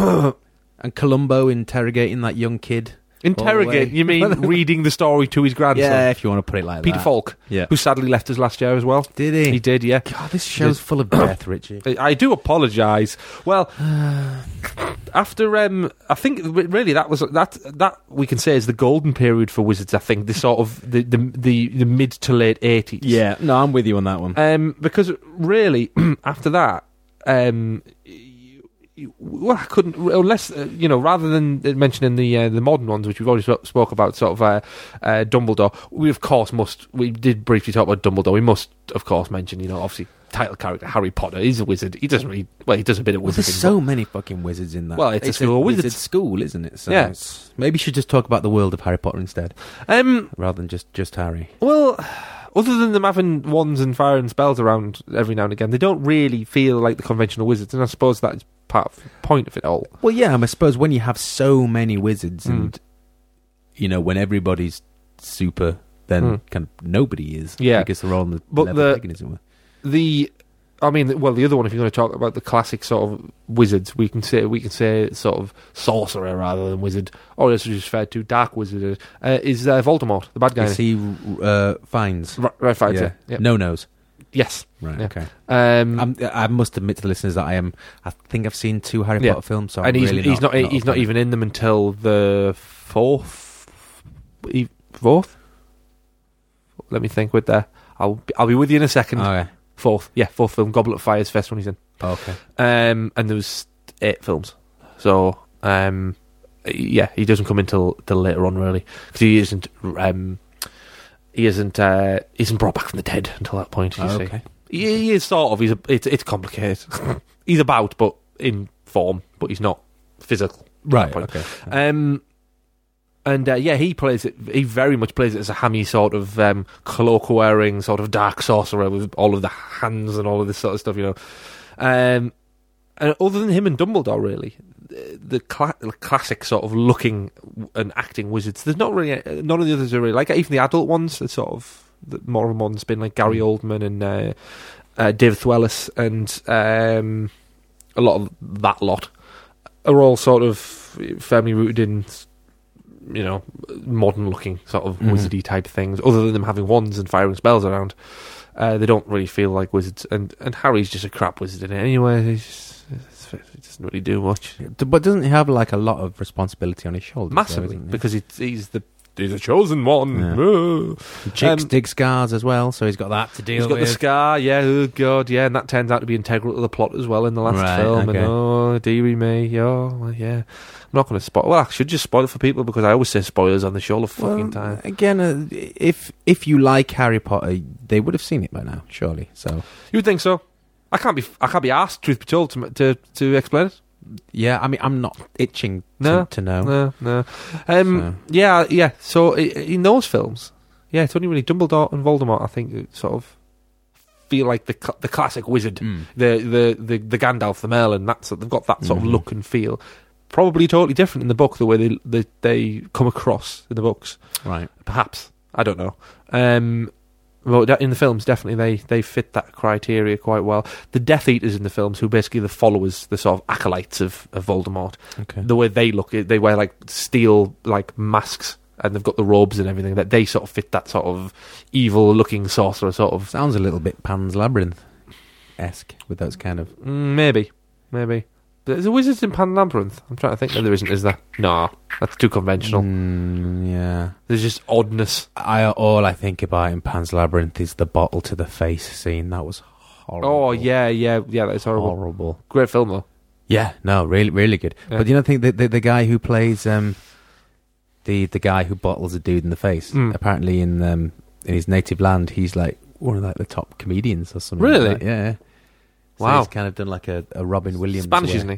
and Columbo interrogating that young kid. interrogate? way. You [laughs] mean reading the story to his grandson? yeah, if you want to put it like Peter that. Falk, Yeah, who sadly left us last year as well. did he? He did, yeah. God, this show's full [coughs] of death, Richie. I I do apologise. Well, [sighs] after um, I think re- really that was that that we can say is the golden period for wizards. I think the sort of the the the, the mid to late eighties. Yeah, no, I'm with you on that one. Um, because really [clears throat] after that, um, y- y- well, I couldn't unless uh, you know rather than mentioning the uh, the modern ones which we've already sp- spoke about, sort of uh, uh, Dumbledore. We of course must. We did briefly talk about Dumbledore. We must of course mention you know obviously. Title character Harry Potter. He's a wizard. He doesn't really. Well, he does a bit of Well, there's wizarding. but- so many fucking wizards in that. Well, it's a school of wizard wizards. school, isn't it? So Yeah. it's- Maybe you should just talk about the world of Harry Potter instead, Um. rather than just just Harry. Well, other than them having wands and fire and spells around every now and again, they don't really feel like the conventional wizards, and I suppose that's part of the point of it all. Well, yeah, I suppose when you have so many wizards Mm. and you know when everybody's super, then Mm. kind of nobody is. Yeah. because they're all on the But level the- of paganism. The, I mean, well, the other one, if you're going to talk about the classic sort of wizards, we can say we can say sort of sorcerer rather than wizard, or as it's referred to, dark wizard, uh, is uh, Voldemort, the bad guy. Is he uh, finds? Right, right, fighter. yeah. Yep. no nos. Yes. Right, Yeah. okay. Um, I'm, I must admit to the listeners that I am. I think I've seen two Harry Yeah. Potter films, so and I'm he's really he's not, not he's a not fan. even in them until the fourth e- fourth. Let me think. With there, I'll be, I'll be with you in a second. Okay, fourth, yeah, fourth film, Goblet of Fire's first one he's in. okay. Um, and there was eight films, so um, yeah, he doesn't come in till till later on really because he isn't um. He isn't. Uh, he isn't brought back from the dead until that point. [laughs] You Oh, see, okay. he, he is sort of. He's a, it's it's complicated. [laughs] he's about, but in form, but he's not physical. Right. point. Okay. [laughs] Uh, Um, and uh, yeah, he plays it. He very much plays it as a hammy sort of um, cloak wearing sort of dark sorcerer with all of the hands and all of this sort of stuff, you know. Um, and other than him and Dumbledore, really, the, the, cla- the classic sort of looking and acting wizards. There's not really uh, none of the others are really like it. even the adult ones. Are sort of the more of a modern spin, like Gary Oldman and uh, uh, David Thewlis and um, a lot of that lot are all sort of firmly rooted in you know modern looking sort of Mhm. wizardy type things other than them having wands and firing spells around uh, they don't really feel like wizards and, and harry's just a crap wizard in it anyway He's just- it's- he doesn't really do much D- But doesn't he have like a lot of responsibility on his shoulders? though, massively isn't he? because he's, he's the he's a chosen one Yeah. Whoa. chicks um, dig scars as well, so he's got that to deal he's got the with. scar yeah oh god yeah and that turns out to be integral to the plot as well in the last Right, film okay. and oh dearie me oh well, yeah i'm not going to spoil well i should just spoil it for people because i always say spoilers on the show all the fucking Well, time Again, uh, if if you like Harry Potter, they would have seen it by now, surely. So You would think so. I can't be. I can't be asked. Truth be told, to to, to explain it. yeah, I mean, I'm not itching to, No. to know. No, no. Um, Yeah, yeah. So i- i- in those films, yeah, it's only really Dumbledore and Voldemort. I think that sort of feel like the cl- the classic wizard, So, mm. the, the the the Gandalf, the Merlin. That's they've got that sort Mhm. of look and feel. Probably totally different in the book the way they they, they come across in the books. right. Perhaps I don't know. Um, well, de- in the films, definitely they they fit that criteria quite well. The Death Eaters in the films, who basically the followers, the sort of acolytes of, of Voldemort, Okay. the way they look, they wear like steel like masks, and they've got the robes and everything. That they sort of fit that sort of evil looking sorcerer sort of Sounds a little bit Pan's Labyrinth esque with those kind of. Mm, maybe, maybe. But There's a wizard in Pan Labyrinth. I'm trying to think. No, there isn't, is there? No, that's too conventional. Mm, yeah. There's just oddness. I all I think about in Pan's Labyrinth is the bottle to the face scene. That was horrible. Oh yeah, yeah, yeah. That's horrible. horrible. Great film though. Yeah, no, really, really good. Yeah. But you know, I think the, the the guy who plays um, the the guy who bottles a dude in the face. Mm. Apparently, in um, in his native land, he's like one of like the top comedians or something. like Really? that. yeah. So Wow. he's kind of done like a, a Robin Williams. Spanish, way. isn't he?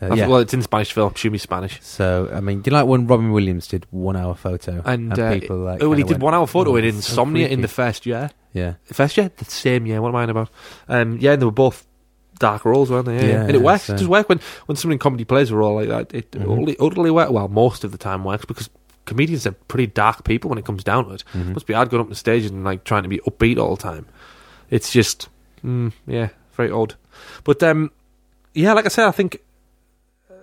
Uh, I th- yeah. Well, it's in Spanish film. Shoot me Spanish. So I mean, do you like when Robin Williams did one hour photo And, uh, people like oh, and he did kinda went, one hour photo "Oh, in that's so Insomnia in freaky." the first year. yeah First year? The same year. What am I on about? Um, yeah, and they were both dark roles, weren't they? Yeah. Yeah, and it works. so- It does work when, when something in comedy plays a role like that. It Mhm. totally, totally works. Well, most of the time works because comedians are pretty dark people when it comes down to it. Mhm. Must be hard going up on stage and like trying to be upbeat all the time. It's just, mm, yeah, very odd. But um, yeah, like I said, I think, uh,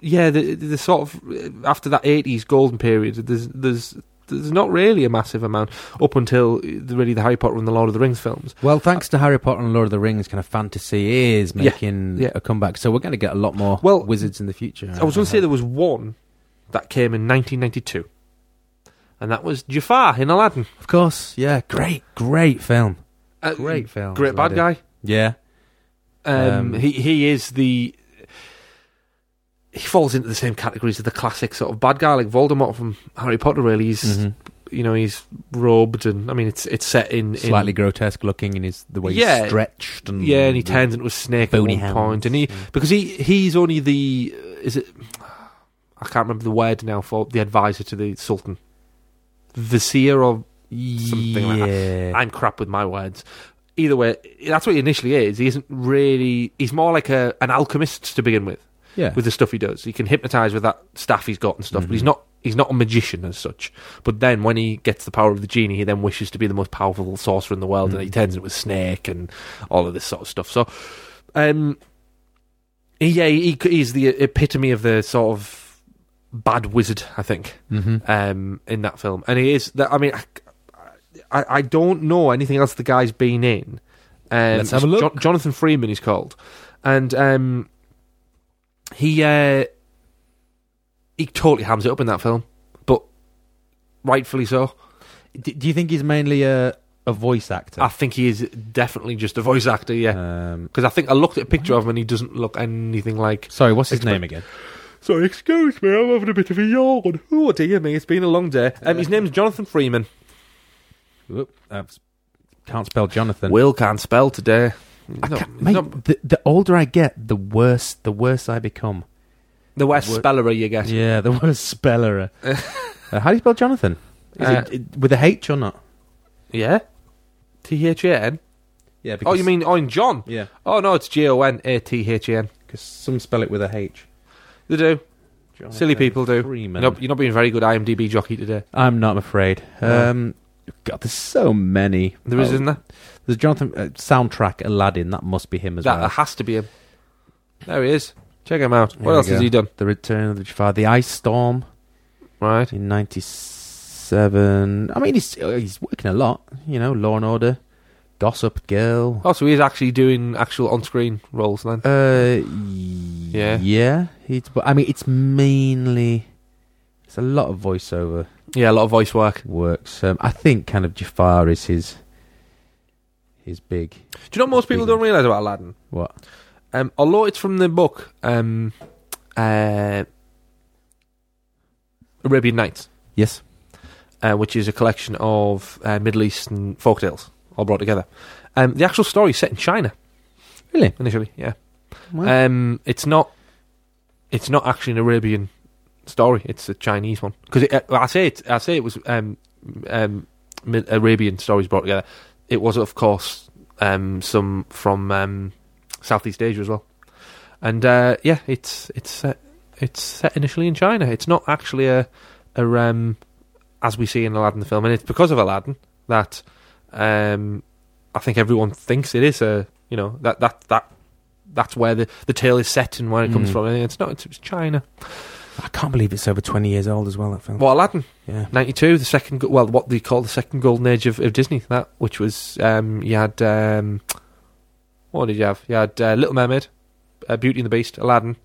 yeah, the, the the sort of uh, after that eighties golden period, there's there's there's not really a massive amount up until uh, the, really the Harry Potter and the Lord of the Rings films. Well, thanks to Harry Potter and Lord of the Rings, kind of fantasy is Yeah, making yeah. a comeback. So we're going to get a lot more Well, wizards in the future. I was going to say there was one that came in 1992, and that was Jafar in Aladdin. of course, yeah, great, great film, Uh, great film, great bad Aladdin. guy. Yeah, Um, Um, he he is the he falls into the same categories as the classic sort of bad guy like Voldemort from Harry Potter. Really, he's Mhm. you know he's robed and I mean it's it's set in, in slightly grotesque looking, and his the way Yeah. he's stretched and yeah, and he turns into a snake at bony one hands. point, and he Yeah. because he he's only the is it I can't remember the word now for the advisor to the Sultan, vizier or something like that. yeah. I'm crap with my words. Either way, that's what he initially is. He isn't really. He's more like a an alchemist to begin with yeah. with the stuff he does. He can hypnotize with that staff he's got and stuff, but he's not he's not a magician as such. But then when he gets the power of the genie, he then wishes to be the most powerful sorcerer in the world, and he turns into a snake and all of this sort of stuff. So, um, he- yeah, he, he's the epitome of the sort of bad wizard, I think, Mhm. um, in that film, and he is. That I mean. I, I, I don't know anything else the guy's been in. Um, Let's have a look. Jon- Jonathan Freeman, he's called, and um, he uh, he totally hams it up in that film, but rightfully so. D- do you think he's mainly a a voice actor? I think he is definitely just a voice actor, yeah. um, Because I think I looked at a picture of him and he doesn't look anything like. sorry, what's his Expe- name again? So excuse me, I'm having a bit of a yawn. Oh dear me, it's been a long day. Um, his name's Jonathan Freeman. Whoop, I can't spell Jonathan. Will can't spell today. I No, can't, he's mate, not- the, the older I get, the worse the worse I become. the worst Wo- speller you get. Yeah, the worst [laughs] speller. uh, how do you spell Jonathan? Is Uh, it, it- with a H or not? Yeah. T H A N. Yeah. Oh, you mean on John? yeah? Oh no, it's G O N A T H A N. Because some spell it with a H. They do. Silly Jonathan people do. Freeman. You're not, you're not being a very good IMDb jockey today. I'm not I'm afraid. No. Um, God, there's so many. There is, Oh, isn't there? There's Jonathan uh, soundtrack Aladdin. That must be him as That well. has to be him. There he is. Check him out. There What we else has go. he done? The Return of the Jafar, The Ice Storm Right. in '97. I mean, he's uh, he's working a lot. You know, Law and Order, Gossip Girl. Oh, so he is actually doing actual on-screen roles then. Uh, Yeah. yeah, yeah. It's, but I mean, it's mainly it's a lot of voiceover Yeah, a lot of voice work. works. Um, I think kind of Jafar is his his big Do you know what most people don't realise about Aladdin? what? Um, although it's from the book, um, uh, Arabian Nights, Yes, uh, which is a collection of uh, Middle Eastern folktales all brought together. Um, the actual story is set in China really. initially. Yeah. Well, Um, it's not. It's not actually an Arabian story. It's a Chinese one because uh, I say it. I say it was um, um, Mi- Arabian stories brought together. It was, of course, um, some from um, Southeast Asia as well. And uh, yeah, it's it's set, it's set initially in China. It's not actually a, a um, as we see in Aladdin the film, and it's because of Aladdin that um, I think everyone thinks it is a you know that that that that's where the, the tale is set and where it comes Mm. from. And it's not. It's, it's China. I can't believe it's over twenty years old as well. That film. Well, Aladdin Yeah. ninety two, the second go- well, what they call the second golden age of, of Disney. That which was um, you had um, what did you have? You had uh, Little Mermaid, uh, Beauty and the Beast, Aladdin,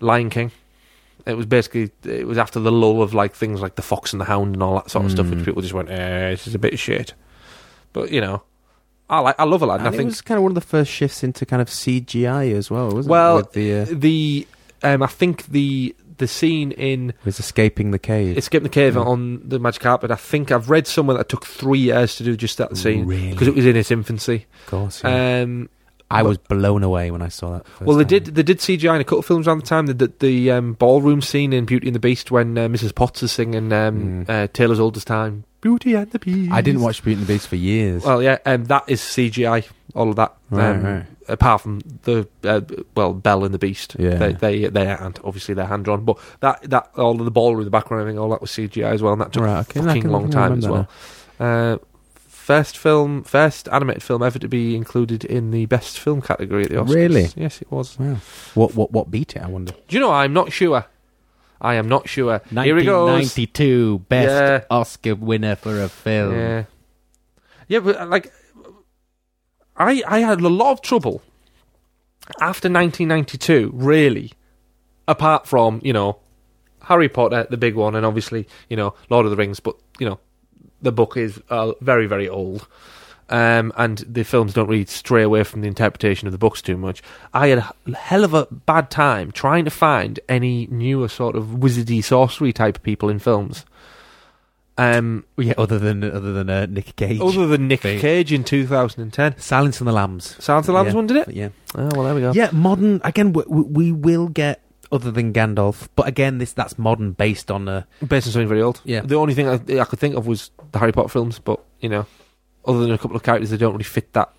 Lion King. It was basically it was after the lull of like things like the Fox and the Hound and all that sort of stuff, which Mm. people just went, eh, this is a bit of shit. But you know, I like I love Aladdin. I And it think was kind of one of the first shifts into kind of CGI as well, wasn't Well, it? with the uh, the um, I think the the scene in with escaping the cave. Escape the Cave Mm. on the Magic Carpet. I think I've read somewhere that took three years to do just that scene really, because it was in its infancy. of course. yeah. Um, I was blown away when I saw that. first Well, they time. did. They did CGI in a couple of films around the time. They did the um, ballroom scene in Beauty and the Beast when uh, Mrs. Potts is singing um, Mm. uh, Taylor's oldest time, Beauty and the Beast. I didn't watch Beauty and the Beast for years. Well, yeah, um, that is CGI. All of that, Right, um, right. apart from the uh, well, Belle and the Beast. Yeah. they they they aren't obviously they're hand drawn, but that that all of the ballroom, the background, everything, all that was CGI as well, and that took right, okay. a fucking long time as well. Uh, first film, first animated film ever to be included in the best film category at the Oscars. Really? Yes, it was. Wow. What what what beat it? I wonder. Do you know? I'm not sure. I am not sure. Here it goes. 1992 best Yeah. Oscar winner for a film. Yeah, yeah, but uh, like, I I had a lot of trouble after 1992. Really, apart from you know Harry Potter, the big one, and obviously you know Lord of the Rings, but you know the book is uh, very very old. Um, and the films don't really stray away from the interpretation of the books too much. I had a h- hell of a bad time trying to find any newer sort of wizardy sorcery type of people in films. Um, Yeah, other than other than uh, Nick Cage. other than Nick Thing. Cage in 2010. Silence of the Lambs. Sounds the Lambs Yeah. one, did it? But yeah. Oh, well, there we go. Yeah, modern again we, we we will get other than Gandalf, but again this that's modern based on uh, a Based on something very old. Yeah. The only thing I, I could think of was the Harry Potter films, but, you know, other than a couple of characters, they don't really fit that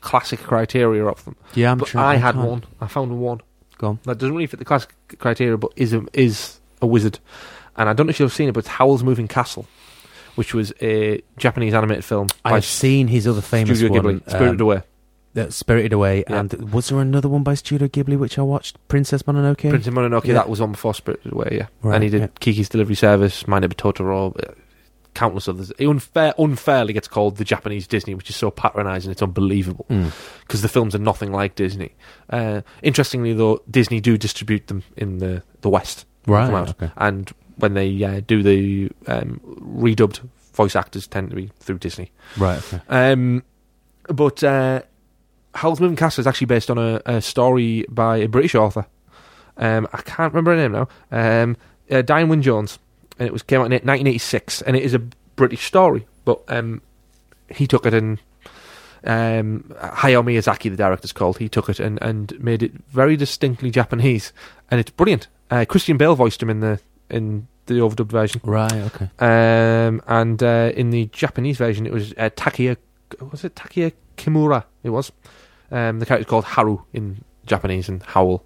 classic criteria of them. Yeah, I'm but I had one. I found one. Go on. That doesn't really fit the classic criteria, but is a, is a wizard. And I don't know if you've seen it, but it's Howl's Moving Castle, which was a Japanese animated film by I've seen his other famous Studio one, Ghibli, Spirited um, Away, uh, Spirited Away, Yeah. and was there another one by Studio Ghibli which I watched? Princess Mononoke. Prince of Mononoke. yeah. That was on before Spirited Away, yeah. Right, and he did yeah. Kiki's Delivery Service, My Neighbor Totoro, uh, countless others. He unfair, unfairly gets called the Japanese Disney, which is so patronising, it's unbelievable Mm. because the films are nothing like Disney. Uh, interestingly, though, Disney do distribute them in the the West, Right. come out. okay. and when they uh, do the um, redubbed voice actors tend to be through Disney. Right. Okay. Um, but uh, Howl's Moving Castle is actually based on a, a story by a British author. Um, I can't remember her name now. Um, uh, Diane Wynne Jones, and it was came out in 1986, and it is a British story. But um, he took it and um, Hayao Miyazaki, the director's called, he took it and, and made it very distinctly Japanese, and it's brilliant. Uh, Christian Bale voiced him in the in the overdubbed version. Right. Okay. Um, and uh, in the Japanese version, it was uh, Takia. Was it Takia Kimura? It was. Um, the character's called Haru in Japanese and Howl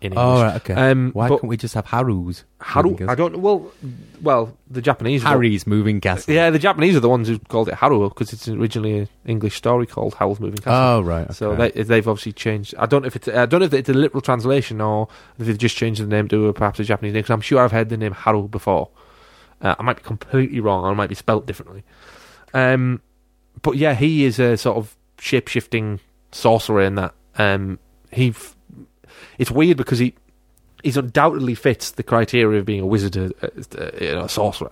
in English. All Oh, right. Okay. Um, Why but can't we just have Haru's? Haru? moving I castle? don't. Well, well, the Japanese. one- Harry's moving castle. Yeah, the Japanese are the ones who called it Haru because it's originally an English story called Howl's Moving Castle. Oh right. Okay. So they, they've obviously changed. I don't know if it's I don't know if it's a literal translation or if they've just changed the name to perhaps a Japanese name. Because I'm sure I've heard the name Haru before. Uh, I might be completely wrong. Or it might be spelt differently. Um, but yeah, he is a sort of shape shifting sorcerer in that. Um, he, f- it's weird because he he's undoubtedly fits the criteria of being a wizard, a, a, you know, a sorcerer.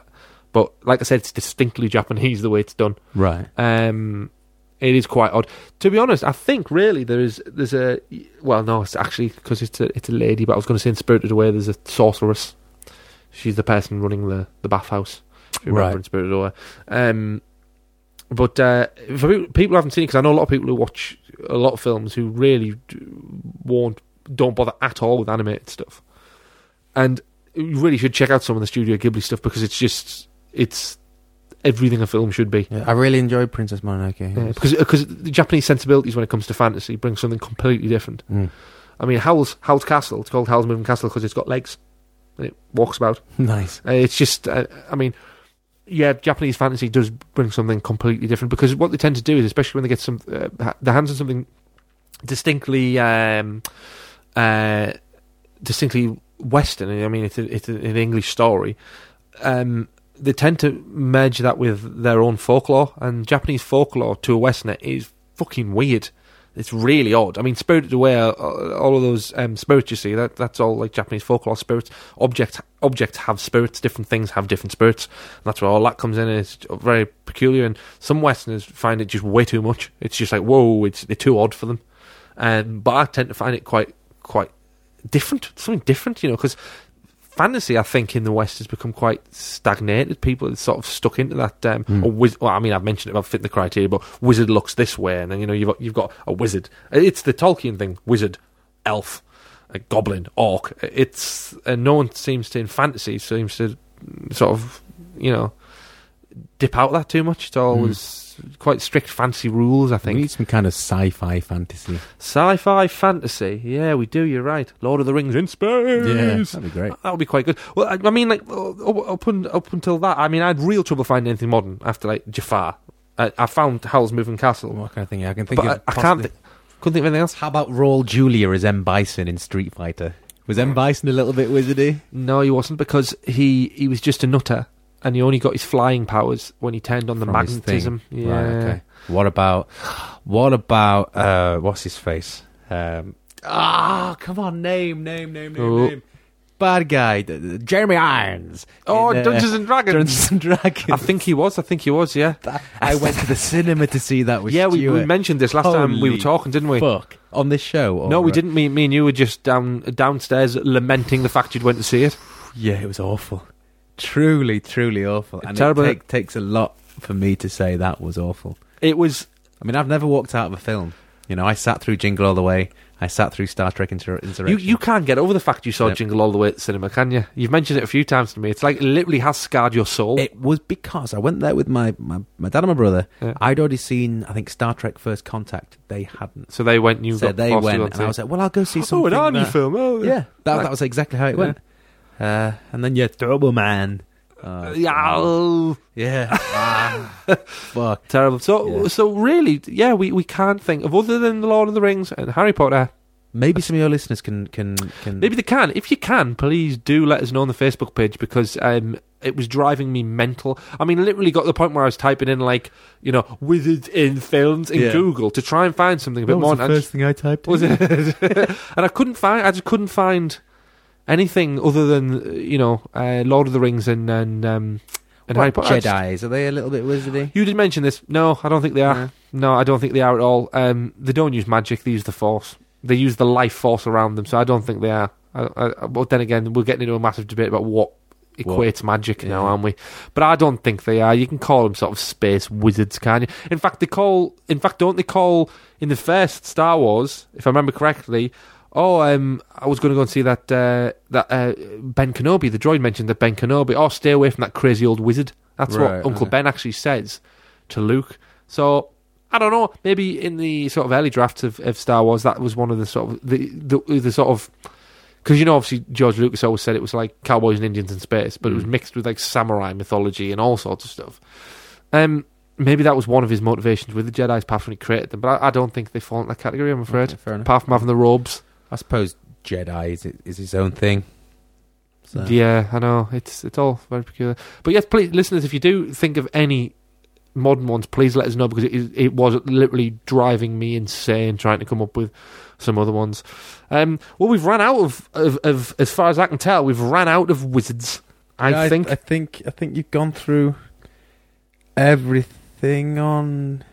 But like I said, it's distinctly Japanese the way it's done. right. Um, it is quite odd. To be honest, I think really there is there's a well, no, it's actually because it's a it's a lady. But I was going to say in Spirited Away, there's a sorceress. She's the person running the the bathhouse. If you remember Right. in Spirited Away. Um, but uh, for people- people who haven't seen it, because I know a lot of people who watch a lot of films who really do- won't don't bother at all with animated stuff, and you really should check out some of the Studio Ghibli stuff because it's just it's everything a film should be. Yeah, I really enjoyed Princess Mononoke. Yeah, because because the Japanese sensibilities when it comes to fantasy bring something completely different. Mm. [laughs] I mean, Howl's Howl's Castle. It's called Howl's Moving Castle because it's got legs and it walks about. nice. Uh, it's just, uh, I mean, yeah, Japanese fantasy does bring something completely different because what they tend to do is, especially when they get some uh, ha- their hands on something distinctly, um, uh, distinctly Western. I mean, it's a, it's a, an English story. Um, they tend to merge that with their own folklore, and Japanese folklore to a Westerner is fucking weird. It's really odd. I mean, Spirited Away, uh, all of those um, spirits you see, that that's all like Japanese folklore spirits. Objects objects have spirits. Different things have different spirits. And that's where all that comes in. And it's very peculiar, and some Westerners find it just way too much. It's just like whoa, it's they're too odd for them. Um, but I tend to find it quite quite different, something different, you know, because fantasy, I think, in the West has become quite stagnated. People are sort of stuck into that. Um, a wiz- well, I mean, I've mentioned it about fitting the criteria, but wizard looks this way, and then you know you've got, you've got a wizard. It's the Tolkien thing: wizard, elf, a goblin, orc. It's and no one seems to in fantasy seems to sort of you know dip out of that too much. It's always quite strict fancy rules. I Hmm. We think need some kind of sci-fi fantasy. Sci-fi fantasy. Yeah, we do. You're right. Lord of the Rings in space. that'd be great. That would be quite good. Well, I, I mean, like up, up, un- up until that, I mean, I had real trouble finding anything modern after like Jafar. I, I found Howl's Moving Castle, What kind of thing? I can think but I, of. I can't. possibly- Th- couldn't think of anything else. How about Raul Julia as M Bison in Street Fighter? Was M Bison a little bit wizardy? No, he wasn't because he he was just a nutter, and he only got his flying powers when he turned on the From his thing. magnetism. Yeah. Right, okay. What about what about uh what's his face? Um Ah, come on, name, name, name, name, Oh. name. Bad guy, th- th- Jeremy Irons. Oh, in, uh, Dungeons and Dragons. Dungeons and Dragons. I think he was. I think he was. Yeah. [laughs] I went to the cinema to see that. With Yeah, we, we Stuart. mentioned this last time we were Holy talking, didn't we? fuck on this show. Oh, Or, No, we didn't. Me, me and you were just down downstairs lamenting the fact you'd went to see it. Yeah, it was awful. Truly, truly awful. And Terrible. it take, takes a lot for me to say that was awful. It was I mean, I've never walked out of a film. You know, I sat through Jingle All the Way. I sat through Star Trek Inter- you. Insurrection. You can't get over the fact you saw Yep. Jingle all the way at the cinema, can you? You've mentioned it a few times to me. It's like it literally has scarred your soul. It was because I went there with my, my, my dad and my brother. Yeah. I'd already seen, I think, Star Trek First Contact. They hadn't. so they went. You so got they forced to went, go and see I it. was like, well, I'll go [laughs] see oh, something. an Arnie that- film. Oh, Yeah, that, Like- that was exactly how it Yeah. went. Uh, and then, yeah, Turbo Man. Uh, Yeah, oh, Yeah. [laughs] Ah, fuck. terrible. So, Yeah. so really, yeah, we, we can't think of other than the Lord of the Rings and Harry Potter. Maybe some of your listeners can can can Maybe they can. If you can, please do let us know on the Facebook page because um, it was driving me mental. I mean, literally got to the point where I was typing in like you know wizards in films in Yeah. Google to try and find something a bit more. and I thing I typed. just- was it? [laughs] and I couldn't find. I just couldn't find anything other than uh, you know uh, Lord of the Rings and and um, and Harry Potter. I just- Jedi's are they a little bit wizardy? you did mention this. No, I don't think they are. No. No, I don't think they are at all. Um, they don't use magic. They use the force. They use the life force around them. So I don't think they are. I, I, but then again, we're getting into a massive debate about what equates magic now, Yeah. aren't we? But I don't think they are. You can call them sort of space wizards, can you? In fact, they call. In fact, don't they call in the first Star Wars, if I remember correctly? Oh, um, I was going to go and see that uh, that uh, Ben Kenobi. The droid mentioned that Ben Kenobi. Oh, stay away from that crazy old wizard. That's Right, what Uncle okay. Ben actually says to Luke. So I don't know. Maybe in the sort of early drafts of, of Star Wars, that was one of the sort of the the, the sort of because you know obviously George Lucas always said it was like cowboys and Indians in space, but it was Mm. mixed with like samurai mythology and all sorts of stuff. Um, maybe that was one of his motivations with the Jedi's path when he created them, but I, I don't think they fall in that category. I'm afraid, Okay, fair enough. apart from having the robes. I suppose Jedi is, is his own thing. So. Yeah, I know. It's it's all very peculiar. But yes, please, listeners, if you do think of any modern ones, please let us know because it, is- it was literally driving me insane trying to come up with some other ones. Um, well, we've ran out of, of, of, as far as I can tell, we've ran out of wizards. I Yeah, think I, think I think you've gone through everything on.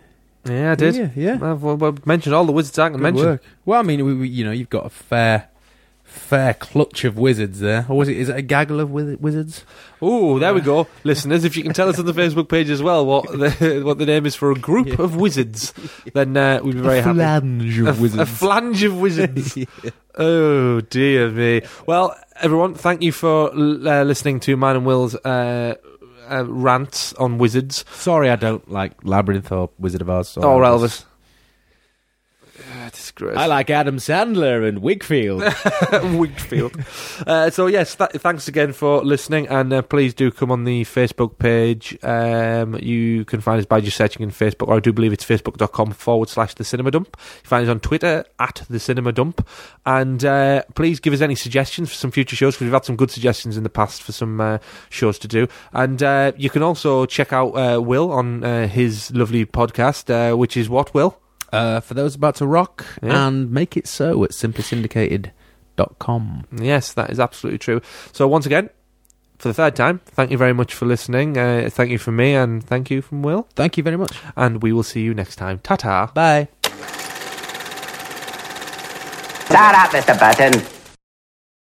yeah, I did. Yeah, yeah. I've, I've- I've mentioned all the wizards I can Good mention. work. Well, I mean, we, we, you know, you've got a fair. Fair clutch of wizards there, or was it? Is it a gaggle of wiz- wizards? Oh, there we go, listeners. If you can tell us on the Facebook page as well what the, [laughs] what the name is for a group Yeah. of wizards, then uh, we'd be very happy. flange A f- a flange of wizards. [laughs] Oh dear me! Well, everyone, thank you for l- uh, listening to mine and Will's uh, uh, rants on wizards Sorry, I don't like Labyrinth or Wizard of Oz. or Elvis. Ah, Disgrace. I like Adam Sandler [laughs] and Wigfield. Wigfield. uh, so yes, th- thanks again for listening, and uh, please do come on the Facebook page. Um, you can find us by just searching in Facebook, or I do believe it's facebook.com forward slash the Cinema Dump. You find us on Twitter at the Cinema Dump, and uh, please give us any suggestions for some future shows because we've had some good suggestions in the past for some uh, shows to do. And uh, you can also check out uh, Will on uh, his lovely podcast, uh, which is what Will. uh, for those about to rock Yeah. and make it so at simplysyndicated.com. Yes, that is absolutely true. So once again, for the third time, thank you very much for listening. Uh, thank you from me, and thank you from Will. Thank you very much. And we will see you next time. Ta ta. Bye. Shut up, Mr. Button.